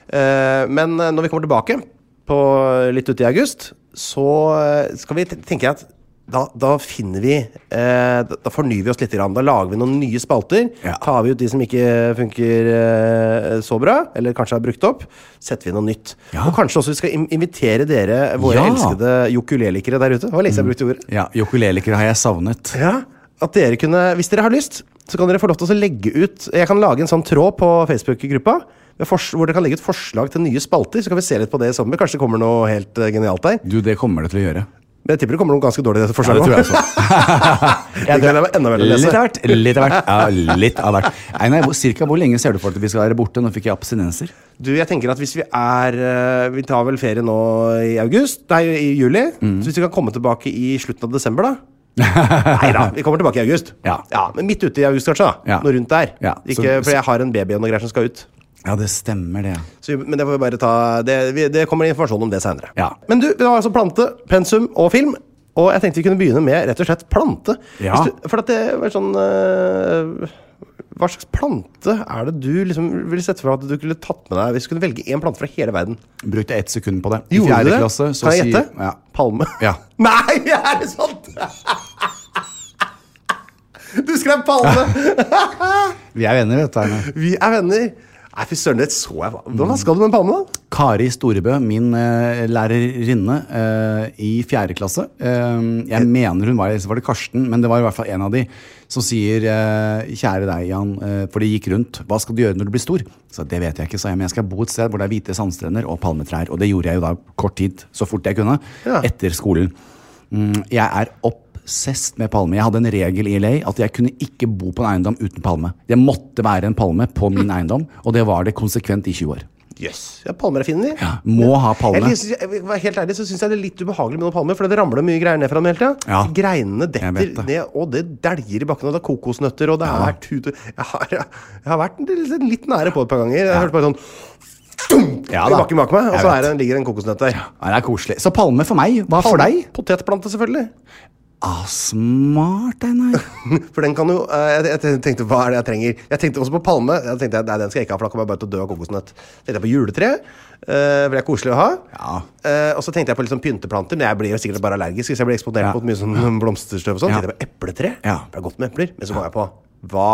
Speaker 5: Eh, men eh, når vi kommer tilbake, på eh, litt uti august, så eh, skal vi ten- tenker jeg at da, da finner vi eh, Da da fornyer vi oss litt. Grann. Da lager vi noen nye spalter.
Speaker 3: Ja.
Speaker 5: Tar vi ut de som ikke funker eh, så bra, eller kanskje er brukt opp. Setter vi inn noe nytt. Og kanskje også vi skal im- invitere dere, våre
Speaker 3: Ja.
Speaker 5: elskede jokulelikere der ute. Hva leste jeg brukte ordet?
Speaker 3: Ja, Jokuleliker har jeg savnet.
Speaker 5: Ja, at dere kunne, hvis dere har lyst, så kan dere få lov til å legge ut Jeg kan lage en sånn tråd på Facebook-gruppa med fors- hvor dere kan legge ut forslag til nye spalter. Så kan vi se litt på det i sommer. Kanskje det kommer noe helt eh, genialt der.
Speaker 3: Du, det kommer det til å gjøre.
Speaker 5: Men jeg tipper det kommer noen ganske dårlige forslag.
Speaker 3: tror jeg
Speaker 5: også. jeg gleder meg enda mer til å
Speaker 3: Litt
Speaker 5: lese.
Speaker 3: av hvert. Litt av hvert. Ja, litt av hvert. Einar, hvor, cirka hvor lenge ser du for deg at vi skal være borte? Nå fikk jeg abstinenser.
Speaker 5: Du, jeg tenker at hvis vi er eh, Vi tar vel ferie nå i august Nei, i juli.
Speaker 3: Mm.
Speaker 5: Så hvis vi kan komme tilbake i slutten av desember, da. Nei da, vi kommer tilbake i august.
Speaker 3: Ja.
Speaker 5: Men midt ute i august, kanskje. da
Speaker 3: Ja.
Speaker 5: Noe rundt der.
Speaker 3: Ja,
Speaker 5: Ikke,
Speaker 3: så-
Speaker 5: for jeg har en baby og noe greier som skal ut.
Speaker 3: Ja, det stemmer, det.
Speaker 5: Så, vi- men det får vi bare ta Det, vi, det kommer informasjon om det seinere.
Speaker 3: Ja.
Speaker 5: Men du, det var altså plante, pensum og film. Og jeg tenkte vi kunne begynne med rett og slett plante.
Speaker 3: Ja.
Speaker 5: Hvis Du, for at det var sånn øh, Hva slags plante er det du liksom ville sett for deg at du kunne tatt med deg hvis du kunne velge én plante fra hele verden?
Speaker 3: Brukte ett sekund på det. I
Speaker 5: Gjorde du
Speaker 3: fjerde
Speaker 5: det?
Speaker 3: klasse, så
Speaker 5: kan jeg
Speaker 3: sier-
Speaker 5: gjette?
Speaker 3: Ja.
Speaker 5: Palme.
Speaker 3: Ja.
Speaker 5: Nei, er det sant?! Du skrev palme!
Speaker 3: Vi er venner, vet du. Einar.
Speaker 5: Vi er venner. Nei, fy søren, det så jeg Hva skal du med en palme, da?
Speaker 3: Kari Storebø, min eh, lærerinne eh, i fjerde klasse. Eh, jeg mener hun var, så var det Karsten, men det var i hvert fall en av de som sier eh, Kjære deg, Jan, eh, for det gikk rundt. Hva skal du gjøre når du blir stor? Så det vet jeg ikke, sa jeg, men jeg skal bo et sted hvor det er hvite sandstrender og palmetrær. Og det gjorde jeg jo da kort tid, så fort jeg kunne,
Speaker 5: Ja.
Speaker 3: etter skolen. Mm, jeg er obsessed med palme. Jeg hadde en regel i LA at jeg kunne ikke bo på en eiendom uten palme. Det måtte være en palme på min eiendom, og det var det konsekvent i 20 år.
Speaker 5: Jøss. Ja, palmer er fine, de.
Speaker 3: Ja, må ha palme.
Speaker 5: Jeg, synes- jeg, jeg- helt ærlig så syns jeg det er litt ubehagelig med noen palmer, for det ramler mye greier ned fra dem hele tida.
Speaker 3: Ja.
Speaker 5: Greinene
Speaker 3: Jeg
Speaker 5: detter
Speaker 3: vet det.
Speaker 5: ned, og det dæljer i bakken, og det er kokosnøtter, og det er tut... Jeg har, jeg har vært litt, litt nære på et par ganger. Jeg hørte bare sånn dunk
Speaker 3: Ja
Speaker 5: i
Speaker 3: da.
Speaker 5: bakken bak meg, og
Speaker 3: Jeg
Speaker 5: så
Speaker 3: vet.
Speaker 5: er det, ligger det en kokosnøtt der.
Speaker 3: Nei, det er koselig. Så palme for meg. Hva for deg?
Speaker 5: Potetplante, selvfølgelig.
Speaker 3: Ah, smart, Einar.
Speaker 5: For den kan jo eh, Jeg, jeg tenkte hva er det jeg trenger? Jeg tenkte også på palme. Jeg tenkte, Nei, den skal jeg ikke ha, for da kommer jeg bare til å dø av kokosnøtt. Tenkte jeg på juletre, eh, for det er koselig å ha.
Speaker 3: Ja.
Speaker 5: Eh, og så tenkte jeg på litt sånn pynteplanter, men jeg blir jo sikkert bare allergisk hvis jeg blir eksponert
Speaker 3: Ja.
Speaker 5: mot mye sånn blomsterstøv og sånn.
Speaker 3: Ja.
Speaker 5: Tenkte jeg på epletre.
Speaker 3: Ja.
Speaker 5: For det er godt med epler. Men så kom jeg på hva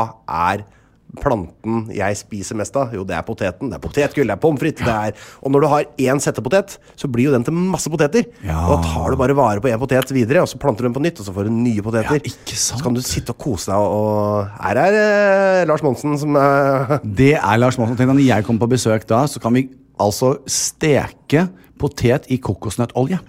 Speaker 5: er planten jeg spiser mest av? Jo, det er poteten. Det er potetgull, det er pommes frites, det er Og når du har én settepotet, så blir jo den til masse poteter.
Speaker 3: Ja.
Speaker 5: Og da tar du bare vare på én potet videre, og så planter du den på nytt, og så får du nye poteter.
Speaker 3: Ja, ikke
Speaker 5: Så
Speaker 3: sant.
Speaker 5: kan du sitte og kose deg og Her er eh, Lars Monsen som eh,
Speaker 3: Det er Lars Monsen. Tenk deg når jeg kommer på besøk da, så kan vi altså steke potet i kokosnøttolje.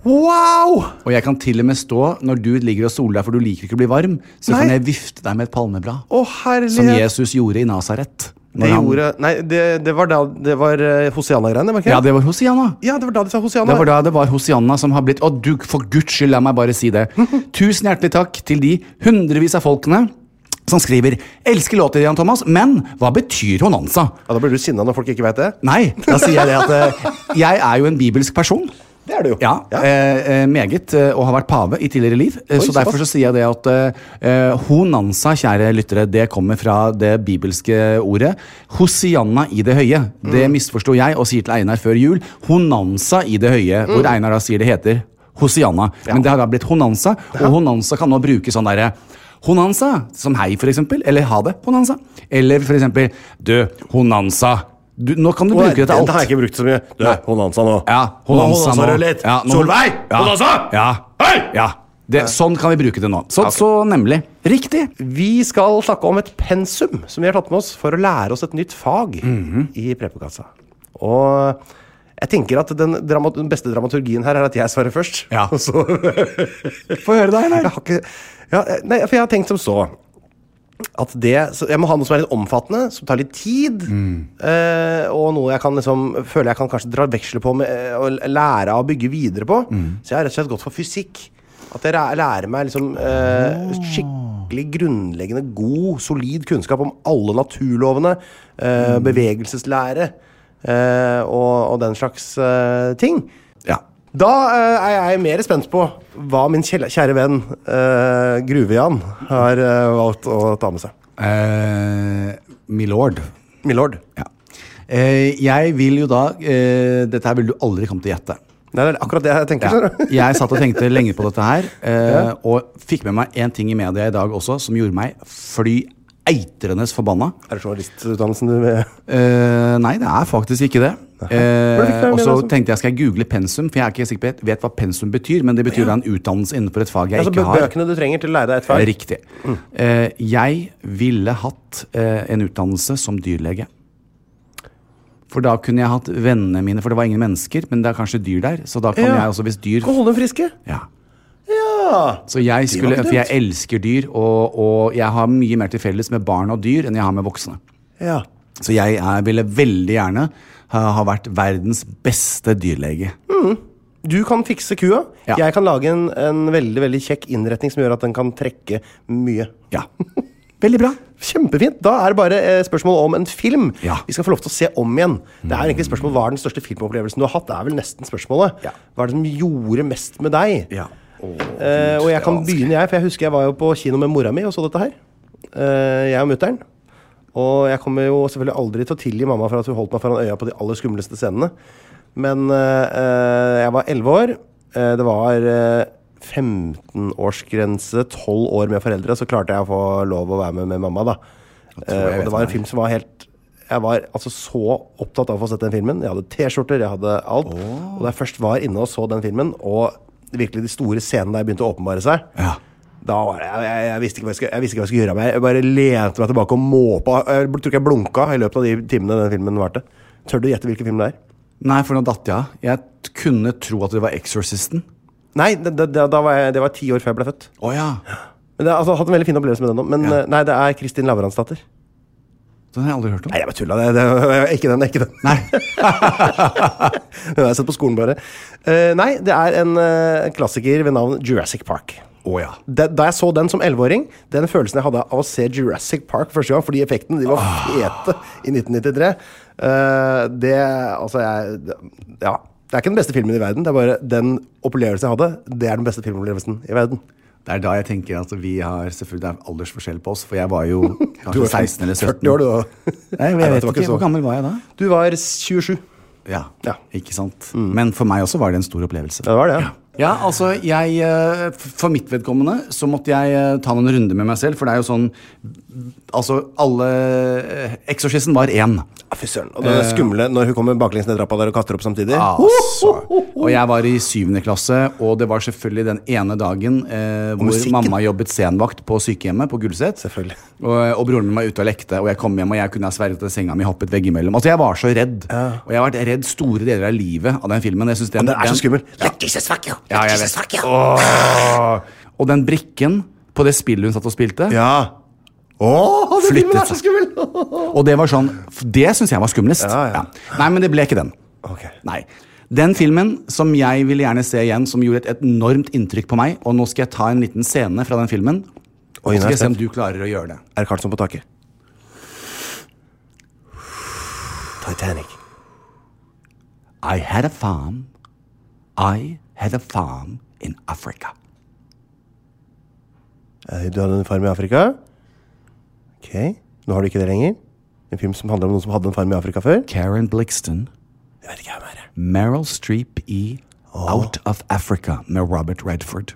Speaker 5: Wow!
Speaker 3: Og jeg kan til og med stå når du ligger og soler deg, for du liker ikke å bli varm, så
Speaker 5: Nei.
Speaker 3: kan jeg vifte deg med et palmeblad.
Speaker 5: Å,
Speaker 3: som
Speaker 5: herlighet.
Speaker 3: Jesus gjorde i Nasaret.
Speaker 5: Det gjorde Nei, det, det var da Det var eh, Hosianna-greiene, var ikke
Speaker 3: Ja, det var Hosianna.
Speaker 5: Ja, det var da de sa Hosianna.
Speaker 3: Det var da det var Hosianna som har blitt Å, du, for guds skyld, la meg bare si det. Tusen hjertelig takk til de hundrevis av folkene som skriver 'Elsker låter, Jan Thomas', men hva betyr honanza?
Speaker 5: Ja, Da blir du sinna når folk ikke veit det.
Speaker 3: Nei, da sier jeg det at eh, jeg er jo en bibelsk person.
Speaker 5: Det er du jo.
Speaker 3: Ja, Eh, eh, meget, eh, og har vært pave i tidligere liv. Eh, så
Speaker 5: såpass.
Speaker 3: derfor så sier jeg det at eh, eh, honanza, kjære lyttere, det kommer fra det bibelske ordet. Hosianna i det høye. Det
Speaker 5: Mm.
Speaker 3: misforsto jeg og sier til Einar før jul. Honanza i det
Speaker 5: Mm.
Speaker 3: høye, hvor Einar da sier det heter Hosianna. Men det har da blitt honanza, og honanza kan nå bruke sånn derre Honanza, som hei, for eksempel. Eller ha det, honanza. Eller for eksempel du, honanza. Du, nå kan du
Speaker 5: Å,
Speaker 3: bruke det til alt.
Speaker 5: Den har jeg ikke brukt så mye. Du,
Speaker 3: Nei.
Speaker 5: Honanza nå.
Speaker 3: Ja,
Speaker 5: Nå
Speaker 3: Honanza nå.
Speaker 5: honanser du litt.
Speaker 3: Ja, nå-
Speaker 5: Solveig!
Speaker 3: Ja.
Speaker 5: Honanza!
Speaker 3: Ja.
Speaker 5: Hei!
Speaker 3: ja. Det, sånn kan vi bruke det nå. Så, så nemlig. Riktig.
Speaker 5: Vi skal snakke om et pensum som vi har tatt med oss for å lære oss et nytt fag
Speaker 3: Mhm.
Speaker 5: i Prepekassa. Og jeg tenker at den, dramat den beste dramaturgien her er at jeg svarer først.
Speaker 3: Ja.
Speaker 5: Og så
Speaker 3: Få høre deg,
Speaker 5: Jeg har ikke ja, eh, Nei, for jeg har tenkt som så at det, så jeg må ha noe som er litt omfattende, som tar litt tid. eh, og noe jeg kan liksom, føler jeg kan kanskje dra veksler på med, eh, og lære av å bygge videre på. Så jeg har rett og slett gått for fysikk. At jeg læ- lærer meg liksom eh, skikkelig grunnleggende god, solid kunnskap om alle naturlovene. eh, Bevegelseslære eh, og, og den slags eh, ting.
Speaker 3: Ja.
Speaker 5: Da eh, er jeg mer spent på hva min kjæle, kjære venn eh, Gruve-Jan har eh, valgt å ta med seg.
Speaker 3: Eh, Milord.
Speaker 5: Milord.
Speaker 3: Ja. Eh, jeg vil jo da eh, Dette her vil du aldri komme til å gjette.
Speaker 5: Nei, det er akkurat det jeg tenker.
Speaker 3: Ja.
Speaker 5: skjønner du?
Speaker 3: Jeg satt og tenkte lenge på dette her, eh, og fikk med meg én ting i media i dag også som gjorde meg fly eitrende forbanna.
Speaker 5: Er det journalistutdannelsen du vil
Speaker 3: Eh, nei, det er faktisk ikke det.
Speaker 5: Hvor fikk du
Speaker 3: Eh,
Speaker 5: det
Speaker 3: og så
Speaker 5: altså?
Speaker 3: tenkte jeg skal jeg google pensum, for jeg er ikke sikker på jeg vet hva pensum betyr. Men det betyr da en utdannelse innenfor et fag jeg
Speaker 5: Altså
Speaker 3: ikke har.
Speaker 5: Bøkene du trenger til å lære deg et fag.
Speaker 3: Riktig. Eh, jeg ville hatt eh, en utdannelse som dyrlege. For da kunne jeg hatt vennene mine, for det var ingen mennesker, men det er kanskje dyr der. Så da kan
Speaker 5: Ja.
Speaker 3: jeg også, hvis dyr
Speaker 5: Kan holde dem friske.
Speaker 3: ja.
Speaker 5: Ja.
Speaker 3: Så jeg skulle,
Speaker 5: ikke
Speaker 3: For jeg elsker dyr, og, og jeg har mye mer til felles med barn og dyr enn jeg har med voksne.
Speaker 5: ja.
Speaker 3: Så jeg er, ville veldig gjerne ha, ha vært verdens beste dyrlege.
Speaker 5: Du kan fikse kua.
Speaker 3: Ja.
Speaker 5: Jeg kan lage en, en veldig veldig kjekk innretning som gjør at den kan trekke mye.
Speaker 3: Ja. Veldig bra.
Speaker 5: Kjempefint. Da er det bare eh, spørsmål om en film
Speaker 3: Ja.
Speaker 5: vi skal få lov til å se om igjen. Det er egentlig spørsmål Hva er den største filmopplevelsen du har hatt? Det er vel nesten spørsmålet.
Speaker 3: Ja.
Speaker 5: Hva er det som gjorde mest med deg?
Speaker 3: Ja.
Speaker 5: Eh, og jeg kan begynne, jeg, for jeg husker jeg var jo på kino med mora mi og så dette her. Eh, jeg og mutter'n. Og jeg kommer jo selvfølgelig aldri til å tilgi mamma for at hun holdt meg foran øya på de aller skumleste scenene. Men eh, eh, jeg var 11 år. Eh, det var eh, 15-årsgrense, 12 år med foreldre, så klarte jeg å få lov å være med med mamma, da. Eh, og det var en film som var helt Jeg var altså så opptatt av å få sett den filmen. Jeg hadde T-skjorter, jeg hadde alt. Og da jeg først var inne og så den filmen, og virkelig de store scenene der begynte å åpenbare seg
Speaker 3: Ja.
Speaker 5: da var det, jeg, jeg, jeg, visste ikke hva jeg, skulle, jeg visste ikke hva jeg skulle gjøre av meg. Jeg bare lente meg tilbake og måpa. Jeg tror ikke jeg blunka i løpet av de timene den filmen varte. Tør du gjette hvilken film det er?
Speaker 3: Nei, for nå datt jeg av. Jeg t- kunne tro at det var Exorcisten.
Speaker 5: Nei, det, det, det, da var jeg, det var ti år før jeg ble født.
Speaker 3: Å ja.
Speaker 5: Men det, altså, jeg har hatt en veldig fin opplevelse med den nå. Men eh, nei, det er Kristin Lavransdatter.
Speaker 3: Den har jeg aldri hørt om.
Speaker 5: Nei, jeg bare tulla. Det, det, ikke den. Ikke den.
Speaker 3: Nei.
Speaker 5: Den har jeg sett på skolen, bare. Eh, nei, det er en eh, klassiker ved navn Jurassic Park.
Speaker 3: Å ja.
Speaker 5: Da, da jeg så den som 11-åring, den følelsen jeg hadde av å se Jurassic Park første gang, fordi effektene de var
Speaker 3: Ah.
Speaker 5: fete i 1993 eh, Det Altså, jeg det- Ja. Det er ikke den beste filmen i verden. Det er bare den opplevelsen jeg hadde, det er den beste filmopplevelsen i verden.
Speaker 3: Det er da jeg tenker at vi har selvfølgelig Det er aldersforskjell på oss, for jeg var jo
Speaker 5: Du
Speaker 3: kanskje
Speaker 5: var
Speaker 3: 16 eller 17.
Speaker 5: 40 år, du da.
Speaker 3: Nei, jeg
Speaker 5: Nei,
Speaker 3: vet
Speaker 5: det var
Speaker 3: ikke,
Speaker 5: ikke så-
Speaker 3: Hvor gammel var jeg da?
Speaker 5: Du var 27.
Speaker 3: Ja,
Speaker 5: Ja. Mm.
Speaker 3: ikke sant? Men for meg også var det en stor opplevelse.
Speaker 5: Ja, det var det.
Speaker 3: Ja. Ja, altså jeg, eh, f- For mitt vedkommende så måtte jeg eh, ta noen runder med meg selv. For det er jo sånn Altså, alle eh, Eksorsisten var én.
Speaker 5: Ja, Ah, Fy søren. Og det
Speaker 3: Eh.
Speaker 5: skumle når hun kommer baklengs ned trappa der og kaster opp samtidig.
Speaker 3: Altså. Og jeg var i syvende klasse, og det var selvfølgelig den ene dagen eh, hvor
Speaker 5: musikken.
Speaker 3: mamma jobbet senvakt på sykehjemmet på Gulset.
Speaker 5: Selvfølgelig.
Speaker 3: Og, eh, og broren min var ute og lekte, og jeg kom hjem og jeg kunne ha sverget at senga mi hoppet veggimellom. Altså, jeg var så redd. Og jeg har vært redd store deler av livet av den filmen. Jeg synes den,
Speaker 5: Den er så skummel.
Speaker 3: Ja, jeg vet. Åh. Og den brikken på det spillet hun satt og spilte,
Speaker 5: Ja. Åh, den
Speaker 3: Flyttet
Speaker 5: filmen er
Speaker 3: seg.
Speaker 5: så skummel!
Speaker 3: og det var sånn f- Det syns jeg var skumlest.
Speaker 5: Ja, ja.
Speaker 3: Nei, men det ble ikke den.
Speaker 5: Ok.
Speaker 3: Nei. Den filmen som jeg ville gjerne se igjen, som gjorde et enormt inntrykk på meg, og nå skal jeg ta en liten scene fra den filmen. Og
Speaker 5: Oi, nå er
Speaker 3: så skal
Speaker 5: jeg
Speaker 3: jeg se om
Speaker 5: spent.
Speaker 3: du klarer å gjøre det.
Speaker 5: Er det Karlsson på taket? Titanic.
Speaker 3: I had a farm. I had a farm in Africa.
Speaker 5: Eh, Du hadde en farm i Afrika? Ok, nå har du ikke det lenger. En film som handler om noen som hadde en farm i Afrika før?
Speaker 3: Karen Blixton.
Speaker 5: Jeg vet ikke hvem er det.
Speaker 3: Meryl Streep i Out of Africa med Robert Redford.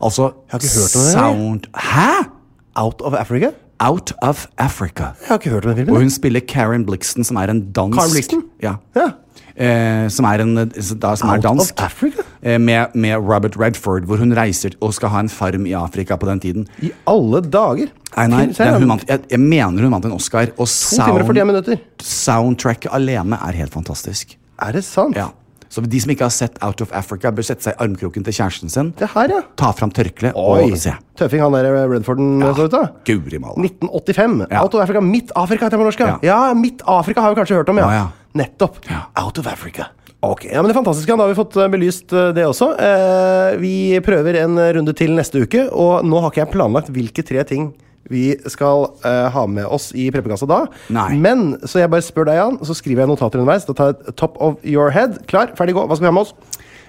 Speaker 3: Altså
Speaker 5: har ikke hørt om den, jeg.
Speaker 3: Sound Hæ?!
Speaker 5: Out of Africa?
Speaker 3: Out of Africa.
Speaker 5: Jeg har ikke hørt om den
Speaker 3: Og
Speaker 5: filmen.
Speaker 3: hun spiller Karen Blixton, som er en dansk
Speaker 5: Karen Blixen?
Speaker 3: Ja.
Speaker 5: Ja.
Speaker 3: Eh, som er, en, eh, s- da, som er
Speaker 5: Out of
Speaker 3: dansk.
Speaker 5: Africa?
Speaker 3: Eh, med, med Robert Redford, hvor hun reiser og skal ha en farm i Afrika på den tiden.
Speaker 5: I alle dager!
Speaker 3: Einar,
Speaker 5: Film- Serien,
Speaker 3: den, hun vant, jeg, jeg mener hun vant en Oscar, og
Speaker 5: To timer og 41
Speaker 3: sound,
Speaker 5: minutter.
Speaker 3: soundtracket alene er helt fantastisk.
Speaker 5: Er det sant?
Speaker 3: Ja. Så de som ikke har sett Out of Africa, bør sette seg i armkroken til kjæresten sin,
Speaker 5: Det her, ja.
Speaker 3: ta fram tørkleet
Speaker 5: Oi!
Speaker 3: og se.
Speaker 5: Tøffing han der eh, Redforden så ut, da.
Speaker 3: Guri malla.
Speaker 5: 1985.
Speaker 3: Ja.
Speaker 5: Out of Africa. Midt Afrika heter det på norsk. Ja.
Speaker 3: Ja.
Speaker 5: ja, Midt Afrika har vi kanskje hørt om, ja.
Speaker 3: Ja, ja.
Speaker 5: Nettopp.
Speaker 3: Ja.
Speaker 5: Out of Africa. Ok, ja, men det fantastiske, Da har vi fått eh, belyst eh, det også. Eh, vi prøver en eh, runde til neste uke. Og nå har ikke jeg planlagt hvilke tre ting vi skal eh, ha med oss i preppekassa da.
Speaker 3: Nei.
Speaker 5: Men så jeg bare spør deg, Jan, så skriver jeg notater underveis. Da tar jeg top of your head. Klar, ferdig, gå. Hva skal vi ha med oss?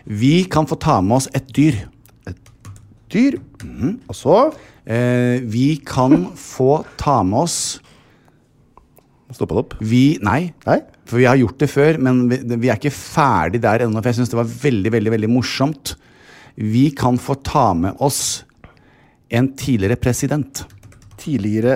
Speaker 3: Vi kan få ta med oss et dyr.
Speaker 5: Dyr.
Speaker 3: Mhm.
Speaker 5: Og så
Speaker 3: Eh, vi kan få ta med oss
Speaker 5: Stoppa det opp?
Speaker 3: Vi Nei.
Speaker 5: Nei?
Speaker 3: For vi har gjort det før, men vi, vi er ikke ferdig der ennå. For jeg syns det var veldig, veldig, veldig morsomt. Vi kan få ta med oss en tidligere president.
Speaker 5: Tidligere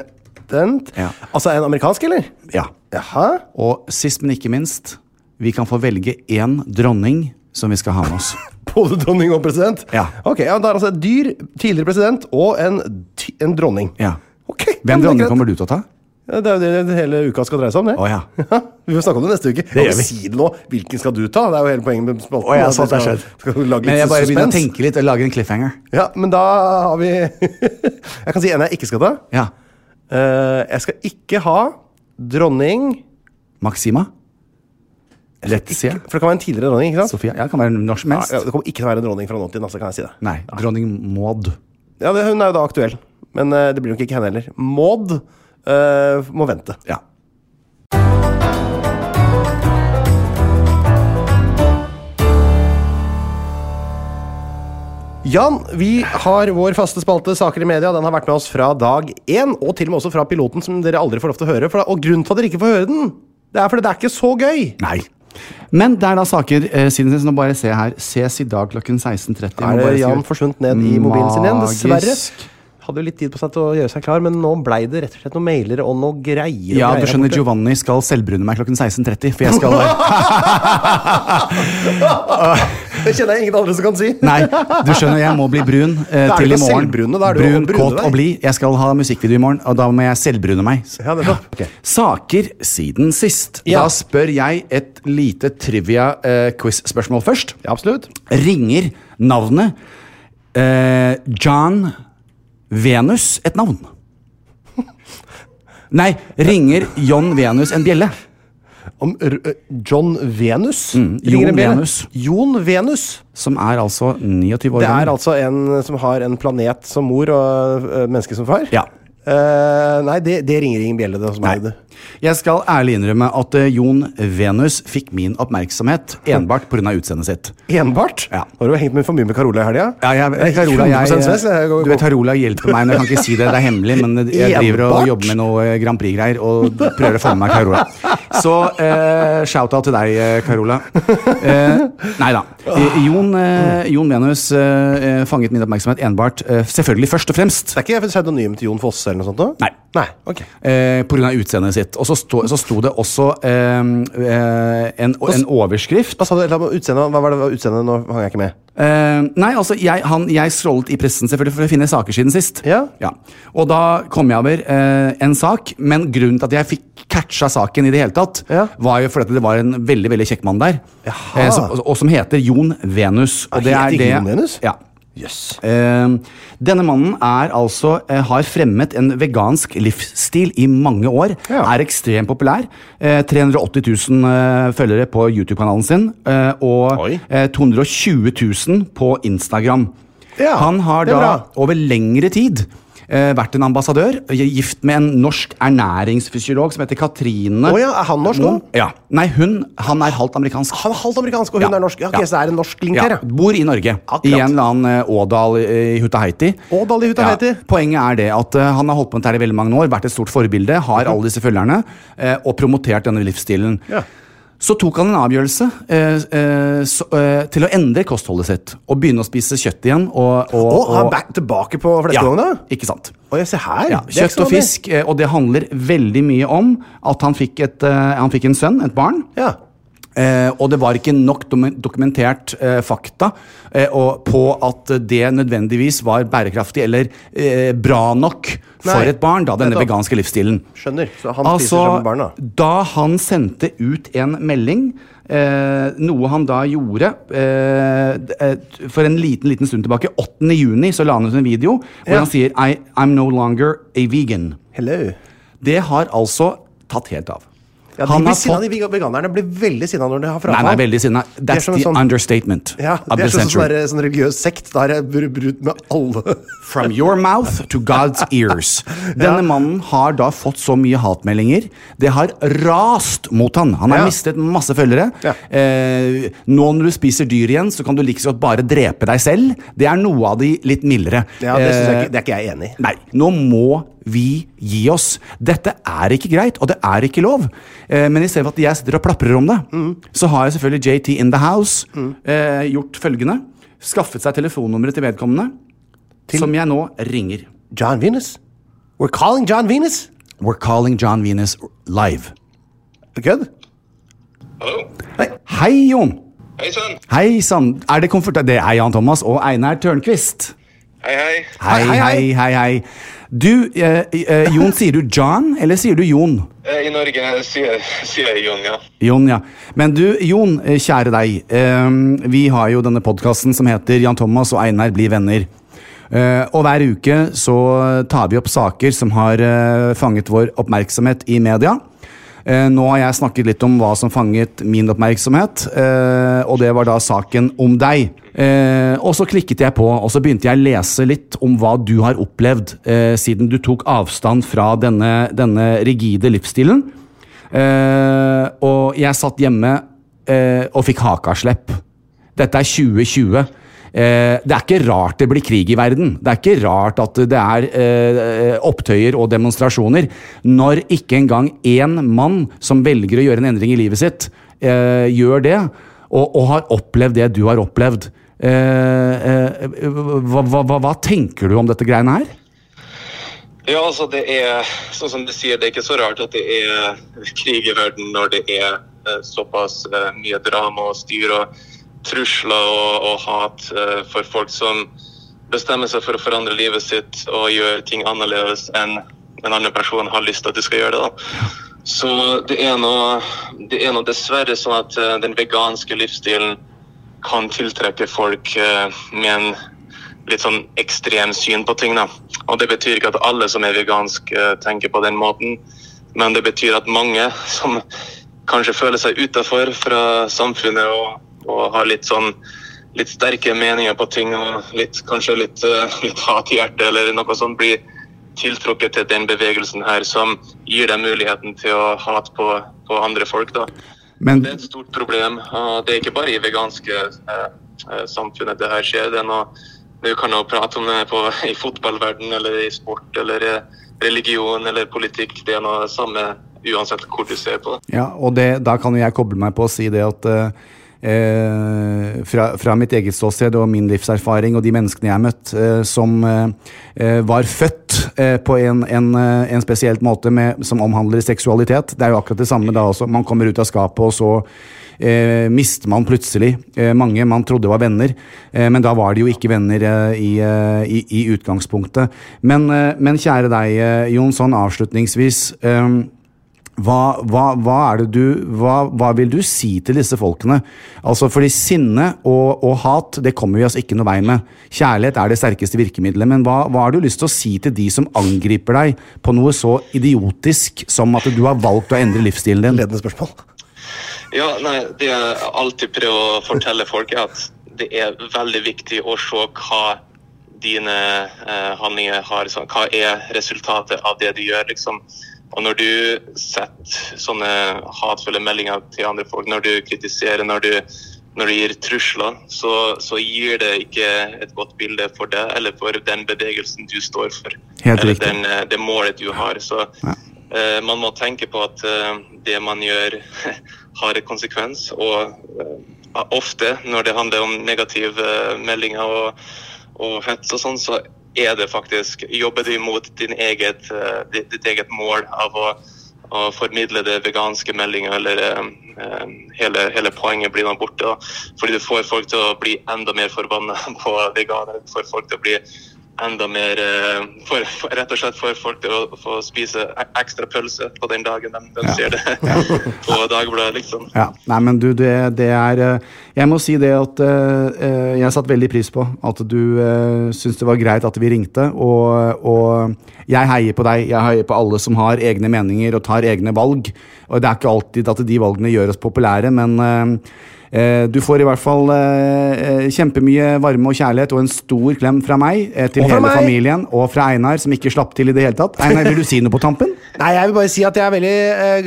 Speaker 5: dent.
Speaker 3: Ja.
Speaker 5: Altså en amerikansk, eller?
Speaker 3: Ja.
Speaker 5: Jaha.
Speaker 3: Og sist, men ikke minst, vi kan få velge én dronning som vi skal ha med oss.
Speaker 5: Både dronning og president?
Speaker 3: Ja.
Speaker 5: Ok, ja, Det er altså et dyr, tidligere president og en, ti- en dronning.
Speaker 3: Ja.
Speaker 5: Ok, ja,
Speaker 3: Hvem
Speaker 5: det er
Speaker 3: dronning
Speaker 5: greit.
Speaker 3: kommer du til å ta?
Speaker 5: Ja, Det er jo det, det hele uka skal dreie seg om, det.
Speaker 3: Å ja.
Speaker 5: Vi får snakke om det neste uke.
Speaker 3: gjør
Speaker 5: Og
Speaker 3: vi.
Speaker 5: Si det nå. Hvilken skal du ta? Det er jo hele poenget med spalten.
Speaker 3: Å ja,
Speaker 5: at vi
Speaker 3: sant, det
Speaker 5: skal-
Speaker 3: er skjedd.
Speaker 5: Skal du lage
Speaker 3: Men jeg
Speaker 5: litt
Speaker 3: bare begynner å
Speaker 5: suspens?
Speaker 3: tenke litt og lage en cliffhanger.
Speaker 5: Ja, men da har vi Jeg kan si en jeg ikke skal ta.
Speaker 3: Ja.
Speaker 5: Eh, jeg skal ikke ha dronning
Speaker 3: Maxima? Letizia?
Speaker 5: For det kan være en tidligere dronning, ikke sant?
Speaker 3: Sofia? Ja, kan være når som helst.
Speaker 5: Ja, det kommer ikke til å være en dronning fra nå til neste, kan jeg si det.
Speaker 3: Nei, dronning Maud.
Speaker 5: Ja, det, Hun er jo da aktuell, men eh, det blir nok ikke henne heller. Maud eh, må vente.
Speaker 3: Ja.
Speaker 5: Jan, vi har vår faste spalte Saker i media. Den har vært med oss fra dag én, og til og med også fra piloten, som dere aldri får lov til å høre. For, og grunnen til at dere ikke får høre den, det er fordi det er ikke så gøy.
Speaker 3: Nei. Men det er da saker eh, siden sist. Nå bare se her. Ses i dag klokken 16.30. Jeg må
Speaker 5: Er
Speaker 3: bare
Speaker 5: det
Speaker 3: skrive-
Speaker 5: Jan forsvunnet ned i mobilen sin igjen, dessverre.
Speaker 3: Magisk.
Speaker 5: Hadde jo litt tid på seg til å gjøre seg klar, men nå blei det rett og slett noen mailere og noe greier. og
Speaker 3: Ja,
Speaker 5: greier
Speaker 3: du
Speaker 5: her
Speaker 3: skjønner,
Speaker 5: borte.
Speaker 3: Giovanni skal selvbrune meg klokken 16.30, for jeg skal
Speaker 5: Det kjenner jeg ingen andre som kan si.
Speaker 3: Nei, du skjønner, jeg må bli brun eh,
Speaker 5: Da er du
Speaker 3: til i
Speaker 5: ikke
Speaker 3: morgen.
Speaker 5: selvbrune, da er du
Speaker 3: brun,
Speaker 5: å brune
Speaker 3: kåt
Speaker 5: deg.
Speaker 3: og blid. Jeg skal ha musikkvideo i morgen, og da må jeg selvbrune meg.
Speaker 5: Ja, nettopp. Ok.
Speaker 3: Saker siden sist.
Speaker 5: Ja.
Speaker 3: Da spør jeg et lite trivia-quiz-spørsmål først.
Speaker 5: Ja, absolutt.
Speaker 3: Ringer navnet eh, John Venus et navn? Nei, ringer John Venus en bjelle?
Speaker 5: Om r ø, John Venus?
Speaker 3: Mm, Jon
Speaker 5: Ringer en bjelle.
Speaker 3: Venus.
Speaker 5: Jon Venus.
Speaker 3: Som er altså 29 år
Speaker 5: Det er
Speaker 3: gammel.
Speaker 5: altså en som har en planet som mor og ø, menneske som far?
Speaker 3: Ja.
Speaker 5: Eh, nei, det, det ringer ingen bjelle. Det, hos meg.
Speaker 3: Nei. Jeg skal ærlig innrømme at eh, Jon Venus fikk min oppmerksomhet enbart pga. utseendet sitt.
Speaker 5: Enbart?
Speaker 3: Ja.
Speaker 5: Har du hengt med for mye med Carola i helga?
Speaker 3: Ja, jeg, Carola, jeg,
Speaker 5: 100% svensk, jeg går-
Speaker 3: du vet, Carola hjelper meg, men jeg kan ikke si det, det er hemmelig. Men jeg driver og
Speaker 5: Enbart?
Speaker 3: jobber med noe eh, Grand Prix-greier og prøver å få med meg Carola. Så eh, shout-out til deg, eh, Carola. Eh, nei da. Eh, Jon, eh, Jon Venus eh, eh, fanget min oppmerksomhet enbart, eh, selvfølgelig først og fremst,
Speaker 5: Det er ikke pseudonym til Jon Fosse eller noe sånt? Da?
Speaker 3: Nei.
Speaker 5: Nei, ok
Speaker 3: eh, pga. utseendet sitt. Og så sto, så sto det også eh, eh, en, en overskrift
Speaker 5: Hva sa du? La meg- Utseende, hva var det var utseendet? Nå hang jeg ikke med.
Speaker 3: Eh, nei, altså, jeg, han, jeg scrollet i pressen selvfølgelig for å finne saker siden sist.
Speaker 5: Ja.
Speaker 3: Og da kom jeg over eh, en sak, men grunnen til at jeg fikk catcha saken i det hele tatt,
Speaker 5: Ja.
Speaker 3: var jo fordi at det var en veldig veldig kjekk mann der, Eh,
Speaker 5: Jaha.
Speaker 3: som, og, og som heter Jon Venus. Og
Speaker 5: Ah, heter ikke Jon Venus?
Speaker 3: Ja.
Speaker 5: Jøss.
Speaker 3: Eh, denne mannen er altså, eh, har fremmet en vegansk livsstil i mange år.
Speaker 5: Ja.
Speaker 3: Er ekstremt populær. Eh, 380 000 eh, følgere på YouTube-kanalen sin. Eh, og
Speaker 5: Oi.
Speaker 3: eh, 220 000 på Instagram.
Speaker 5: Ja,
Speaker 3: Han har
Speaker 5: det er
Speaker 3: da
Speaker 5: bra.
Speaker 3: over lengre tid eh, vært en ambassadør. eh, Gift med en norsk ernæringsfysiolog som heter Katrine
Speaker 5: Å ja, er han norsk
Speaker 3: Moen.
Speaker 5: også?
Speaker 3: Ja. Nei, hun, han er halvt amerikansk.
Speaker 5: Han er halvt amerikansk, og hun
Speaker 3: Ja.
Speaker 5: er norsk. Ja, ok,
Speaker 3: Ja.
Speaker 5: Så det er en norsk link her,
Speaker 3: Ja,
Speaker 5: ja.
Speaker 3: bor i Norge.
Speaker 5: Akkurat.
Speaker 3: I en eller annen eh, Ådal eh, i Hutaheiti.
Speaker 5: Ådal i Hutaheiti.
Speaker 3: Poenget er det at eh, han har holdt på med dette her i veldig mange år, vært et stort forbilde, har alle disse følgerne, eh, og promotert denne livsstilen.
Speaker 5: Mhm. Ja.
Speaker 3: Så tok han en avgjørelse eh, eh, så, eh, til å endre kostholdet sitt og begynne å spise kjøtt igjen. Og, og,
Speaker 5: Å, han er
Speaker 3: og-
Speaker 5: back tilbake på
Speaker 3: ja,
Speaker 5: fleskegangen, da?
Speaker 3: Ikke sant.
Speaker 5: Å, ja, se her.
Speaker 3: Ja,
Speaker 5: Det er ikke
Speaker 3: kjøtt
Speaker 5: så
Speaker 3: og
Speaker 5: vanlig.
Speaker 3: fisk, eh, og det handler veldig mye om at han fikk, et, eh, han fikk en sønn, et barn.
Speaker 5: Ja.
Speaker 3: Eh, og det var ikke nok dom- dokumentert eh, fakta eh, og på at det nødvendigvis var bærekraftig eller eh, bra nok for
Speaker 5: Nei.
Speaker 3: et barn, da, denne
Speaker 5: Nettopp.
Speaker 3: veganske livsstilen.
Speaker 5: Skjønner. Så han spiser
Speaker 3: Altså,
Speaker 5: sammen med barna.
Speaker 3: da han sendte ut en melding, eh, noe han da gjorde eh, d- eh, for en liten liten stund tilbake, 8. juni, så la han ut en video hvor
Speaker 5: Ja.
Speaker 3: han sier I, I'm no longer a vegan.
Speaker 5: Hello.
Speaker 3: Det har altså tatt helt av.
Speaker 5: Ja, de,
Speaker 3: Han
Speaker 5: blir
Speaker 3: har
Speaker 5: sinna,
Speaker 3: fått-
Speaker 5: de veganerne blir veldig sinna når de har
Speaker 3: Nei,
Speaker 5: frafall.
Speaker 3: nei, veldig sinna.
Speaker 5: er
Speaker 3: That's
Speaker 5: som en
Speaker 3: the
Speaker 5: sånn-
Speaker 3: understatement
Speaker 5: Ja,
Speaker 3: of
Speaker 5: det
Speaker 3: the
Speaker 5: er sånn, sånn,
Speaker 3: century.
Speaker 5: der- sånn religiøs sekt. Da er jeg br- brutt med alle.
Speaker 3: From your mouth to God's ears. Denne mannen har da fått så mye hatmeldinger. Det har rast mot han. Han har
Speaker 5: Ja.
Speaker 3: mistet masse følgere.
Speaker 5: Ja.
Speaker 3: Eh, nå når du spiser dyr igjen, så kan du like så godt bare drepe deg selv. Det er noe av de litt mildere.
Speaker 5: Ja, det, synes jeg
Speaker 3: Eh,
Speaker 5: ikke, det er ikke jeg enig i.
Speaker 3: Nei, nå må vi gi oss. Dette er ikke greit, og det er ikke lov. Eh, men istedenfor at jeg sitter og plaprer om det, så har jeg selvfølgelig JT in the house eh, gjort følgende. Skaffet seg telefonnummeret til vedkommende, som jeg nå ringer.
Speaker 5: John Venus. We're calling John Venus.
Speaker 3: We're calling John Venus live.
Speaker 5: Kødd?
Speaker 7: Hallo?
Speaker 3: Hei, Jon!
Speaker 7: Hei sann!
Speaker 3: Hei sann! Er det komfortabelt? Det er Jan Thomas og Einar Tørnquist.
Speaker 7: Hei, hei.
Speaker 3: Hei, hei, hei, hei. Du, eh, eh, Jon, sier du John, eller sier du Jon?
Speaker 7: Eh, I Norge sier, sier jeg Jon, ja.
Speaker 3: Jon, ja. Men du, Jon, eh, kjære deg. ehm, vi har jo denne podkasten som heter Jan Thomas og Einar blir venner. Eh, og hver uke så tar vi opp saker som har eh, fanget vår oppmerksomhet i media. Eh, nå har jeg snakket litt om hva som fanget min oppmerksomhet, eh, og det var da saken om deg. Eh, og så klikket jeg på, og så begynte jeg å lese litt om hva du har opplevd eh, siden du tok avstand fra denne, denne rigide livsstilen. Eh, og jeg satt hjemme eh, og fikk hakaslepp. Dette er 2020. Eh, det er ikke rart det blir krig i verden. Det er ikke rart at det er eh, opptøyer og demonstrasjoner. Når ikke engang én mann som velger å gjøre en endring i livet sitt, eh, gjør det, og, og har opplevd det du har opplevd. Eh, eh, hva, hva, hva, hva tenker du om dette greiene her?
Speaker 7: Ja, altså, det er sånn som du sier, det er ikke så rart at det er krig i verden når det er eh, såpass eh, mye drama og styr og trusler og, og hat eh, for folk som bestemmer seg for å forandre livet sitt og gjør ting annerledes enn en annen person har lyst til at du skal gjøre det. da. Så det er nå det er nå dessverre sånn at eh, den veganske livsstilen kan tiltrekke folk eh, med en litt sånn ekstremsyn på ting. da. Og Det betyr ikke at alle som er vegansk eh, tenker på den måten, men det betyr at mange som kanskje føler seg utafor fra samfunnet og, og har litt sånn litt sterke meninger på ting og litt, kanskje litt, eh, litt hat i hjertet eller noe sånt, blir tiltrukket til den bevegelsen her som gir dem muligheten til å hate på, på andre folk. da.
Speaker 3: Men
Speaker 7: Det er et stort problem. og Det er ikke bare i veganske eh, eh, samfunnet det her skjer. Det er noe, du kan jo prate om det på, i fotballverden eller i sport eller eh, religion eller politikk. Det er noe samme uansett hvor du ser på.
Speaker 3: Ja, og det, da kan jo jeg koble meg på å si det at eh, eh, fra, fra mitt eget ståsted og min livserfaring og de menneskene jeg har møtt, eh, som eh, eh, var født eh, på en, en, eh, en spesielt måte med, som omhandler seksualitet, det er jo akkurat det samme da også. Man kommer ut av skapet, og så eh, mister man plutselig eh, mange man trodde var venner, eh, men da var de jo ikke venner eh, i, eh, i, i utgangspunktet. Men, eh, men kjære deg, eh, Jon, sånn avslutningsvis. Eh, hva, hva, hva, er det du, hva, hva vil du si til disse folkene? Altså fordi Sinne og, og hat det kommer vi oss ikke noe vei med. Kjærlighet er det sterkeste virkemidlet. Men hva, hva har du lyst til å si til de som angriper deg på noe så idiotisk som at du har valgt å endre livsstilen din?
Speaker 5: Ledende spørsmål.
Speaker 7: Ja, nei, Det jeg alltid prøver å fortelle folk, er at det er veldig viktig å se hva dine eh, handlinger har. Sånn, hva er resultatet av det du gjør, liksom. Og når du setter sånne hatefulle meldinger til andre folk, når du kritiserer, når du, når du gir trusler, så, så gir det ikke et godt bilde for deg eller for den bevegelsen du står for.
Speaker 3: Helt
Speaker 7: eller
Speaker 3: riktig.
Speaker 7: den, eh, det målet du har. Så eh, man må tenke på at eh, det man gjør har en konsekvens, og eh, ofte når det handler om negative eh, meldinger og, og hets og sånn, så er det faktisk Jobber du imot din eget, eh, ditt, ditt eget mål av å, å formidle det veganske meldinga, eller eh, eh, hele, hele poenget blir nå borte. da. Fordi du får folk til å bli enda mer forbanna på veganere. Du får folk til å bli enda mer eh, for, for, Rett og slett får folk til å få spise e- ekstra pølse på den dagen de, de ser det på Dagbladet, liksom.
Speaker 3: Ja, nei, men du, det, det er eh, Jeg må si det at eh, eh, jeg satte veldig pris på at du uh, syntes det var greit at vi ringte. Og, og jeg heier på deg. Jeg heier på alle som har egne meninger og tar egne valg. Og det er ikke alltid at de valgene gjør oss populære, men eh, eh, du får i hvert fall eh, eh, kjempemye varme og kjærlighet og en stor klem fra meg eh, til
Speaker 5: Og fra
Speaker 3: hele
Speaker 5: meg!
Speaker 3: familien. Og fra Einar, som ikke slapp til i det hele tatt. Einar, vil du si noe på tampen?
Speaker 5: Nei, jeg vil bare si at jeg er veldig,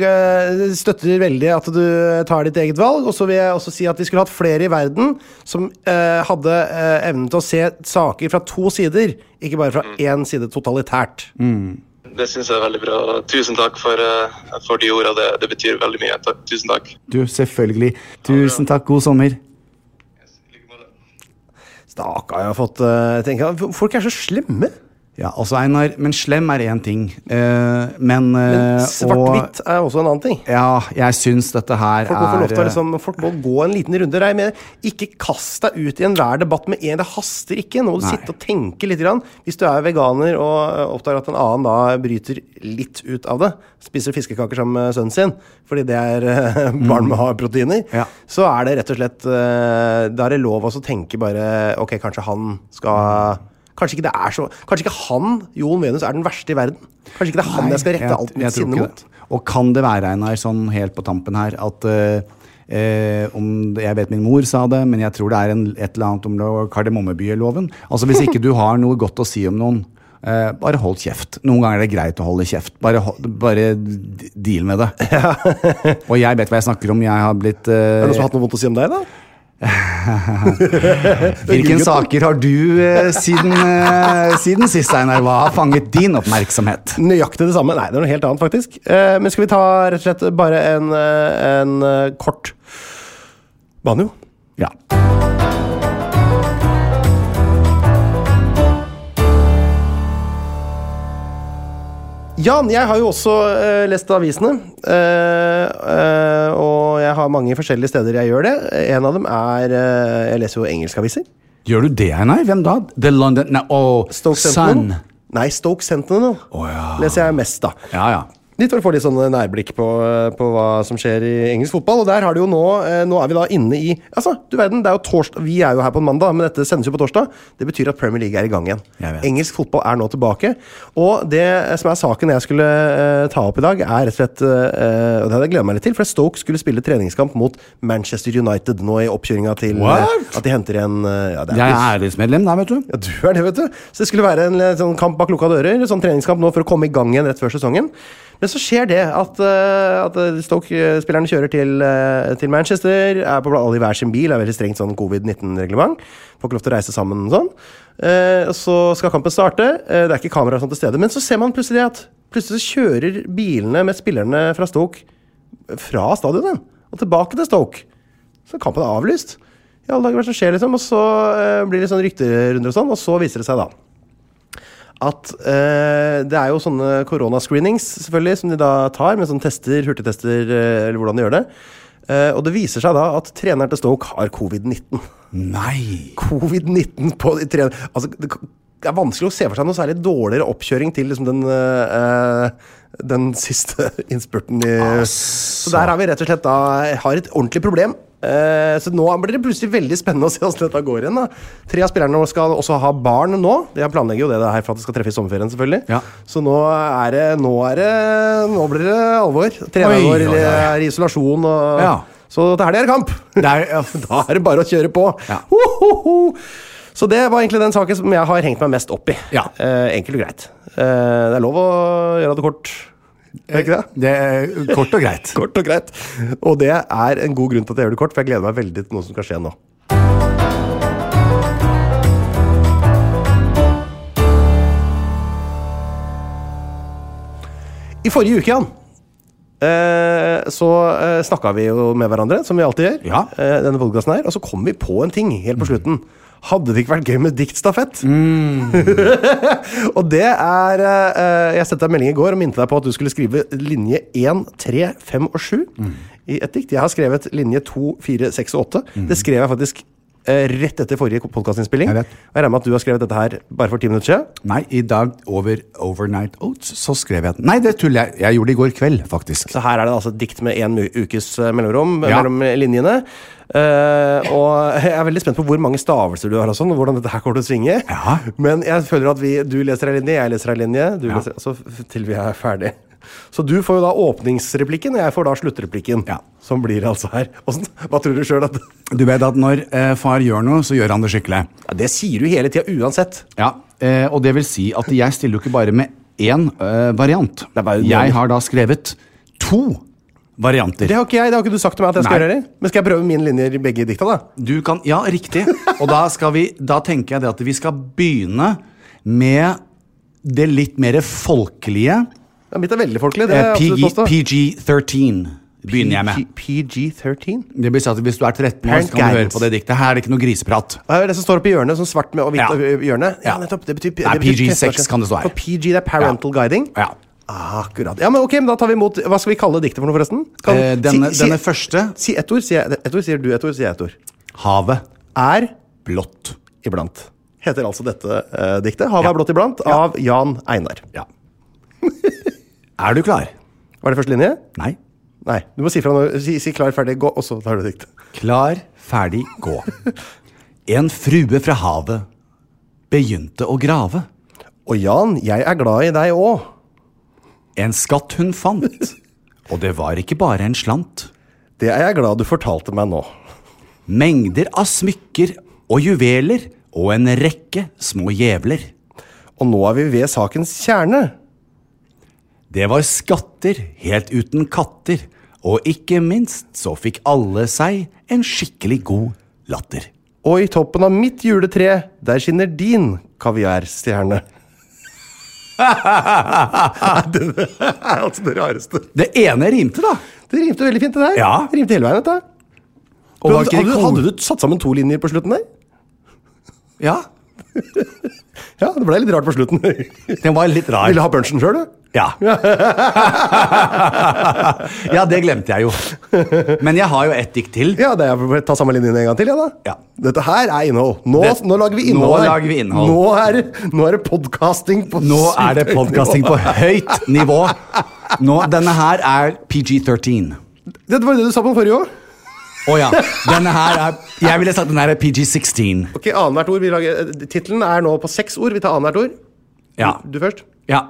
Speaker 5: eh, støtter veldig at du eh, tar ditt eget valg. Og så vil jeg også si at vi skulle hatt flere i verden som eh, hadde eh, evnen til å se saker fra to sider, ikke bare fra én side totalitært.
Speaker 3: Mm.
Speaker 7: Det syns jeg er veldig bra. og Tusen takk for, eh, for de ordene. Det, det betyr veldig mye. Takk. Tusen takk.
Speaker 3: Du, selvfølgelig. Tusen takk. God sommer.
Speaker 5: Stakkar, jeg har fått eh, tenke, Folk er så slemme!
Speaker 3: Ja, altså Einar, men slem er én ting. Eh, men eh,
Speaker 5: Svart-hvitt er også en annen ting.
Speaker 3: og- Ja, jeg syns dette her
Speaker 5: Folk må få lov til å
Speaker 3: er eh,
Speaker 5: liksom, folk må gå en liten runde. Jeg mener, ikke kast deg ut i enhver debatt med en. Det haster ikke. Nå må du
Speaker 3: Nei.
Speaker 5: sitte og tenke litt. Grann. Hvis du er veganer og eh, oppdager at en annen da bryter litt ut av det, spiser fiskekaker sammen med sønnen sin fordi det er eh, barn med har proteiner,
Speaker 3: Mm. Ja.
Speaker 5: så er det rett og slett eh, Da er det lov også å tenke bare Ok, kanskje han skal Kanskje ikke det er så Kanskje ikke han, Jon Venus, er den verste i verden. Kanskje ikke det er han jeg skal rette alt
Speaker 3: eh, jeg
Speaker 5: mitt
Speaker 3: tror
Speaker 5: sinne
Speaker 3: ikke
Speaker 5: mot.
Speaker 3: det. Og kan det være, Einar, sånn helt på tampen her, at eh, eh, om det- Jeg vet min mor sa det, men jeg tror det er en, et eller annet om lo- kardemommebyeloven. Altså, hvis ikke du har noe godt å si om noen, eh, bare hold kjeft. Noen ganger er det greit å holde kjeft. Bare, hol- bare d- deal med det. og jeg vet hva jeg snakker om. Jeg har blitt eh,
Speaker 5: Er det noen som har hatt noe vondt å si om deg, da?
Speaker 3: Hvilke saker har du eh, siden, eh, siden sist, Einar? Hva har fanget din oppmerksomhet?
Speaker 5: Nøyaktig det samme. Nei, det er noe helt annet, faktisk. Eh, men skal vi ta rett og slett bare en, eh, en eh, kort banjo?
Speaker 3: Ja.
Speaker 5: Jan, jeg har jo også eh, lest avisene. eh, eh, og jeg har mange forskjellige steder jeg gjør det. En av dem er eh, Jeg leser jo engelskaviser.
Speaker 3: Gjør du det, Einar? Hvem da? The London Nei, åh,
Speaker 5: Stoke
Speaker 3: Sun.
Speaker 5: Sentinel. Nei, Stoke Sentinel
Speaker 3: Å, ja.
Speaker 5: leser jeg mest, da.
Speaker 3: Ja, ja.
Speaker 5: Nytt år får litt sånn nærblikk på, eh, på hva som skjer i engelsk fotball. Og der har det jo nå eh, Nå er vi da inne i Altså, du verden, det er jo torsdag Vi er jo her på en mandag, men dette sendes jo på torsdag. Det betyr at Premier League er i gang igjen.
Speaker 3: Jeg vet.
Speaker 5: Engelsk fotball er nå tilbake. Og det som er saken jeg skulle eh, ta opp i dag, er rett og slett eh, Og det hadde jeg gleda meg litt til, for Stoke skulle spille treningskamp mot Manchester United nå i oppkjøringa til eh,
Speaker 3: What?
Speaker 5: At de henter en eh, ja, det
Speaker 3: Jeg er æresmedlem der, vet du.
Speaker 5: ja, du er det, vet du. Så det skulle være en eh, sånn kamp bak lukka dører, sånn treningskamp nå for å komme i gang igjen rett før sesongen. Men så skjer det at, eh, at eh, Stoke-spillerne kjører til, eh, til Manchester. Er på alle i hver sin bil, er veldig strengt sånn covid-19-reglement. Får ikke lov til å reise sammen og sånn. Eh, Så skal kampen starte. Eh, Det er ikke kamera og sånt til stede. Men så ser man plutselig at plutselig så kjører bilene med spillerne fra Stoke fra stadionet og tilbake til Stoke. Så kampen er avlyst. I alle dager, hva er det som skjer, liksom? Og så eh, blir det sånn rykterunder og sånn, og så viser det seg, da at eh, det er jo sånne koronascreenings selvfølgelig som de da tar, med sånne tester, hurtigtester, eh, eller hvordan de gjør det. Eh, og det viser seg da at treneren til Stoke har covid-19.
Speaker 3: Nei!
Speaker 5: Covid-19 på de tre Altså, det k- det er vanskelig å se for seg noe særlig dårligere oppkjøring til liksom den eh, eh, den siste innspurten i Så der har vi rett og slett da har et ordentlig problem. Eh, så nå blir det plutselig veldig spennende å se hvordan dette går igjen. da Tre av spillerne skal også ha barn nå. De planlegger jo det her for at det skal treffe i sommerferien, selvfølgelig.
Speaker 3: Ja.
Speaker 5: Så nå er det Nå, er det, nå blir det alvor. Treneren
Speaker 3: Oi,
Speaker 5: vår eh,
Speaker 3: oi, oi.
Speaker 5: er i isolasjon og
Speaker 3: Ja.
Speaker 5: Så til helga er det kamp!
Speaker 3: Det er, ja,
Speaker 5: Da er det bare å kjøre på.
Speaker 3: Ja.
Speaker 5: Ho, ho, ho. Så det var egentlig den saken som jeg har hengt meg mest opp i.
Speaker 3: Ja.
Speaker 5: Eh, enkelt og greit. Eh, det er lov å gjøre det kort. Er det ikke det?
Speaker 3: det er eh, kort og greit.
Speaker 5: Kort og greit. Og det er en god grunn til at jeg gjør det kort, for jeg gleder meg veldig til noe som skal skje nå. I forrige uke, Jan, eh, så eh, snakka vi jo med hverandre, som vi alltid gjør.
Speaker 3: Ja. Mm.
Speaker 5: Eh, denne podcasten her, Og så kom vi på en ting helt på slutten. Hadde det ikke vært gøy med diktstafett? Og det er eh, Jeg sendte deg en melding i går og minte deg på at du skulle skrive linje 1, 3, 5 og 7
Speaker 3: Mm.
Speaker 5: i et dikt. Jeg har skrevet linje 2, 4, 6 og 8. Det skrev jeg faktisk eh, rett etter forrige podkastinnspilling.
Speaker 3: Mm.
Speaker 5: Og
Speaker 3: Jeg vet.
Speaker 5: jeg regner med at du har skrevet dette her bare for ti minutter siden.
Speaker 3: Nei, i dag over Overnight Oats så skrev jeg Nei, det tuller jeg. Jeg gjorde det i går kveld, faktisk.
Speaker 5: Så her er det altså et dikt med én ukes eh, mellomrom eh,
Speaker 3: Ja.
Speaker 5: mellom linjene. Eh, og jeg er veldig spent på hvor mange stavelser du har, og sånn, og hvordan dette her kommer til å svinge.
Speaker 3: Ja.
Speaker 5: Men jeg føler at vi, du leser ei linje, jeg leser ei linje, du leser, altså, f- til vi er ferdig. Så du får jo da åpningsreplikken, og jeg får da sluttreplikken.
Speaker 3: Ja.
Speaker 5: Som blir altså her. Åssen- hva tror du sjøl at
Speaker 3: Du vet at når eh, far gjør noe, så gjør han det skikkelig.
Speaker 5: ja, Det sier du hele tida uansett.
Speaker 3: Ja, eh, Og det vil si at jeg stiller jo ikke bare med én eh, variant.
Speaker 5: er bare-
Speaker 3: Jeg har da skrevet to varianter.
Speaker 5: Det har ikke jeg, det har ikke du sagt til meg at jeg skal
Speaker 3: Nei.
Speaker 5: gjøre heller. Men skal jeg prøve mine linjer i begge dikta, da?
Speaker 3: Du kan, ja, riktig. Og da, skal vi, da tenker jeg det at vi skal begynne med det litt mer folkelige.
Speaker 5: Ja, mitt er veldig folkelig. Det
Speaker 3: Eh,
Speaker 5: er absolutt
Speaker 3: PG-
Speaker 5: påstå.
Speaker 3: PG-13 begynner jeg med.
Speaker 5: PG-13?
Speaker 3: Det blir sagt at Hvis du er 13 år, så kan du høre på det diktet. Her er det ikke noe griseprat.
Speaker 5: Det er det som står oppe i hjørnet, sånn svart med og hvitt
Speaker 3: Ja.
Speaker 5: over hjørnet. Ja,
Speaker 3: Ja.
Speaker 5: nettopp. Det betyr,
Speaker 3: Nei,
Speaker 5: betyr
Speaker 3: PG-6
Speaker 5: testverktøy.
Speaker 3: kan det stå her.
Speaker 5: For PG, det er parental guiding. Ah,
Speaker 3: Ja.
Speaker 5: Akkurat. Ja, men ok, men da tar vi imot Hva skal vi kalle diktet for noe, forresten? Kan-
Speaker 3: Eh, denne,
Speaker 5: si, si,
Speaker 3: denne første
Speaker 5: si ett ord, sier jeg. Ett ord sier du, ett ord sier jeg ett ord.
Speaker 3: Havet
Speaker 5: Er
Speaker 3: blått.
Speaker 5: iblant. Heter altså dette eh, diktet. Havet er blått iblant, av Jan Einar.
Speaker 3: Ja. Er du klar?
Speaker 5: Var det første linje?
Speaker 3: Nei.
Speaker 5: Nei. Du må si fra når si, si klar, ferdig, gå, og så tar du diktet.
Speaker 3: Klar, ferdig, gå. En frue fra havet begynte å grave.
Speaker 5: Og Jan, jeg er glad i deg òg.
Speaker 3: En skatt hun fant. Og det var ikke bare en slant.
Speaker 5: Det er jeg glad du fortalte meg nå.
Speaker 3: Mengder av smykker og juveler og en rekke små djevler.
Speaker 5: Og nå er vi ved sakens kjerne.
Speaker 3: Det var skatter helt uten katter, og ikke minst så fikk alle seg en skikkelig god latter.
Speaker 5: Og i toppen av mitt juletre, der skinner din kaviarstjerne. det er altså det rareste.
Speaker 3: Det ene rimte, da.
Speaker 5: Det rimte veldig fint, det der.
Speaker 3: Ja.
Speaker 5: Det rimte hele veien, dette.
Speaker 3: Og
Speaker 5: Du,
Speaker 3: var
Speaker 5: hadde,
Speaker 3: ikke det
Speaker 5: hadde,
Speaker 3: kong-
Speaker 5: hadde du satt sammen to linjer på slutten der?
Speaker 3: Ja,
Speaker 5: Ja, det ble litt rart på slutten. Ville
Speaker 3: Den var litt rar.
Speaker 5: ha punchen sjøl, du.
Speaker 3: Ja. ja, det glemte jeg jo. Men jeg har jo ett dikt til.
Speaker 5: Ja, det er, jeg ta samme linjen en gang til, ja da.
Speaker 3: Ja.
Speaker 5: Dette her er innhold. Nå,
Speaker 3: Det-
Speaker 5: nå lager vi innhold.
Speaker 3: Nå
Speaker 5: her.
Speaker 3: lager vi innhold.
Speaker 5: Nå er, det- nå er det podcasting på
Speaker 3: Nå er det
Speaker 5: superhøyt nivå.
Speaker 3: podkasting på høyt nivå. Nå, denne her er PG-13.
Speaker 5: Det var jo det du sa på den forrige òg.
Speaker 3: Å ja. Denne her er Jeg ville sagt den her er PG-16.
Speaker 5: Ok, annethvert ord. vi lager- eh, Tittelen er nå på seks ord. Vi tar annethvert ord.
Speaker 3: Ja.
Speaker 5: Du først.
Speaker 3: ja.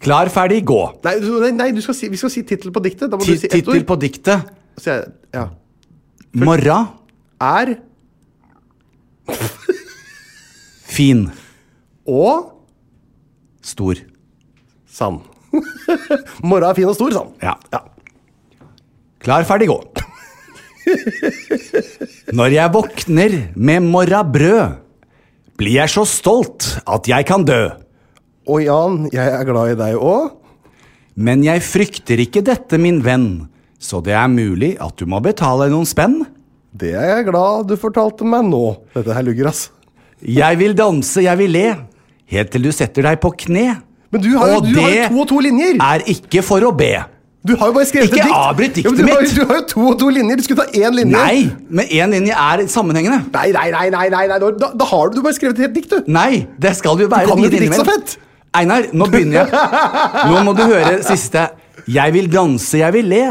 Speaker 3: Klar, ferdig, gå.
Speaker 5: Nei, du, nei, nei du skal si, vi skal si tittel på diktet. Da må
Speaker 3: Ti-
Speaker 5: du si ett
Speaker 3: Tittel
Speaker 5: ord.
Speaker 3: på diktet.
Speaker 5: Så jeg- ja.
Speaker 3: Morra.
Speaker 5: Er
Speaker 3: Fin.
Speaker 5: og
Speaker 3: Stor.
Speaker 5: sand. Morra er fin og stor, sand.
Speaker 3: Ja. Klar, ferdig, gå. Når jeg våkner med morrabrød, blir jeg så stolt at jeg kan dø.
Speaker 5: Og Jan, jeg er glad i deg òg.
Speaker 3: Men jeg frykter ikke dette, min venn, så det er mulig at du må betale noen spenn.
Speaker 5: Det er jeg glad du fortalte meg nå. Dette her lugger, ass.
Speaker 3: Jeg vil danse, jeg vil le, helt til du setter deg på kne.
Speaker 5: Men du har jo
Speaker 3: Og
Speaker 5: du har jo
Speaker 3: det
Speaker 5: to og to linjer!
Speaker 3: Er ikke for å be.
Speaker 5: Du har jo bare skrevet
Speaker 3: Ikke
Speaker 5: et dikt.
Speaker 3: avbryt diktet
Speaker 5: men du Har,
Speaker 3: mitt.
Speaker 5: jo- du har jo to og to linjer! Du skulle ta én linje.
Speaker 3: Nei, men én linje er sammenhengende.
Speaker 5: Nei, nei, nei, nei, nei, nei. Da, da har du, du bare skrevet et helt dikt, du.
Speaker 3: Nei, det skal jo være
Speaker 5: kan jo
Speaker 3: din
Speaker 5: ikke dikt så
Speaker 3: innimellom.
Speaker 5: fett.
Speaker 3: Einar, nå begynner jeg. Nå må du høre siste. Jeg vil danse, jeg vil le.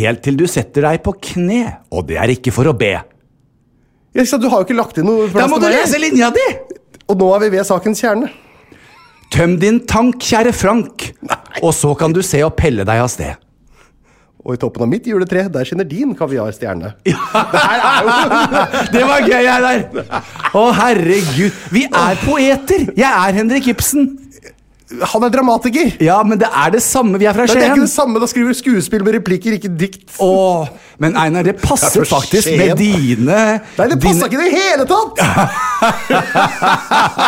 Speaker 3: Helt til du setter deg på kne, og det er ikke for å be.
Speaker 5: Jeg sa, du har jo ikke lagt inn noe
Speaker 3: Da
Speaker 5: plass
Speaker 3: må
Speaker 5: til
Speaker 3: du
Speaker 5: meg.
Speaker 3: lese linja di!
Speaker 5: Og nå er vi ved sakens kjerne.
Speaker 3: Tøm din tank, kjære Frank, og så kan du se og pelle deg av sted.
Speaker 5: Og i toppen av mitt juletre, der skinner din kaviarstjerne.
Speaker 3: Det var gøy, Einar! Å, herregud. Vi er poeter! Jeg er Henrik Ibsen.
Speaker 5: Han er dramatiker!
Speaker 3: Ja, men det er det samme. Vi er fra
Speaker 5: Nei, det er ikke
Speaker 3: Skien.
Speaker 5: det samme. Da skriver du skuespill med replikker, ikke dikt.
Speaker 3: Åh, men Einar, det passer
Speaker 5: Det er for
Speaker 3: faktisk
Speaker 5: sent.
Speaker 3: med dine
Speaker 5: Nei, det passa
Speaker 3: dine-
Speaker 5: ikke i det hele tatt!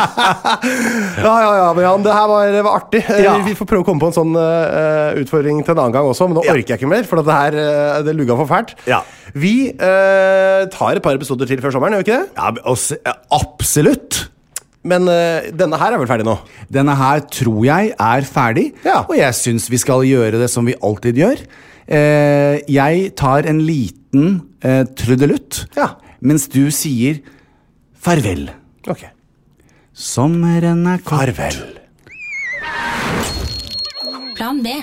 Speaker 5: ja, ja, ja, men Jan, det her var, det var artig. Eh,
Speaker 3: Ja.
Speaker 5: Vi får prøve å komme på en sånn eh, utfordring til en annen gang også, men nå orker jeg ikke mer, for at det her eh, det lugga for fælt.
Speaker 3: Ja.
Speaker 5: Vi eh, tar et par episoder til før sommeren, gjør vi ikke det?
Speaker 3: Ja, men også- ja, absolutt.
Speaker 5: Men eh, denne her er vel ferdig nå?
Speaker 3: Denne her tror jeg er ferdig,
Speaker 5: Ja.
Speaker 3: og jeg syns vi skal gjøre det som vi alltid gjør. Eh, jeg tar en liten eh, trudelutt,
Speaker 5: Ja.
Speaker 3: mens du sier farvel.
Speaker 5: Ok.
Speaker 3: Sommeren er kort. Farvel.
Speaker 8: Plan B.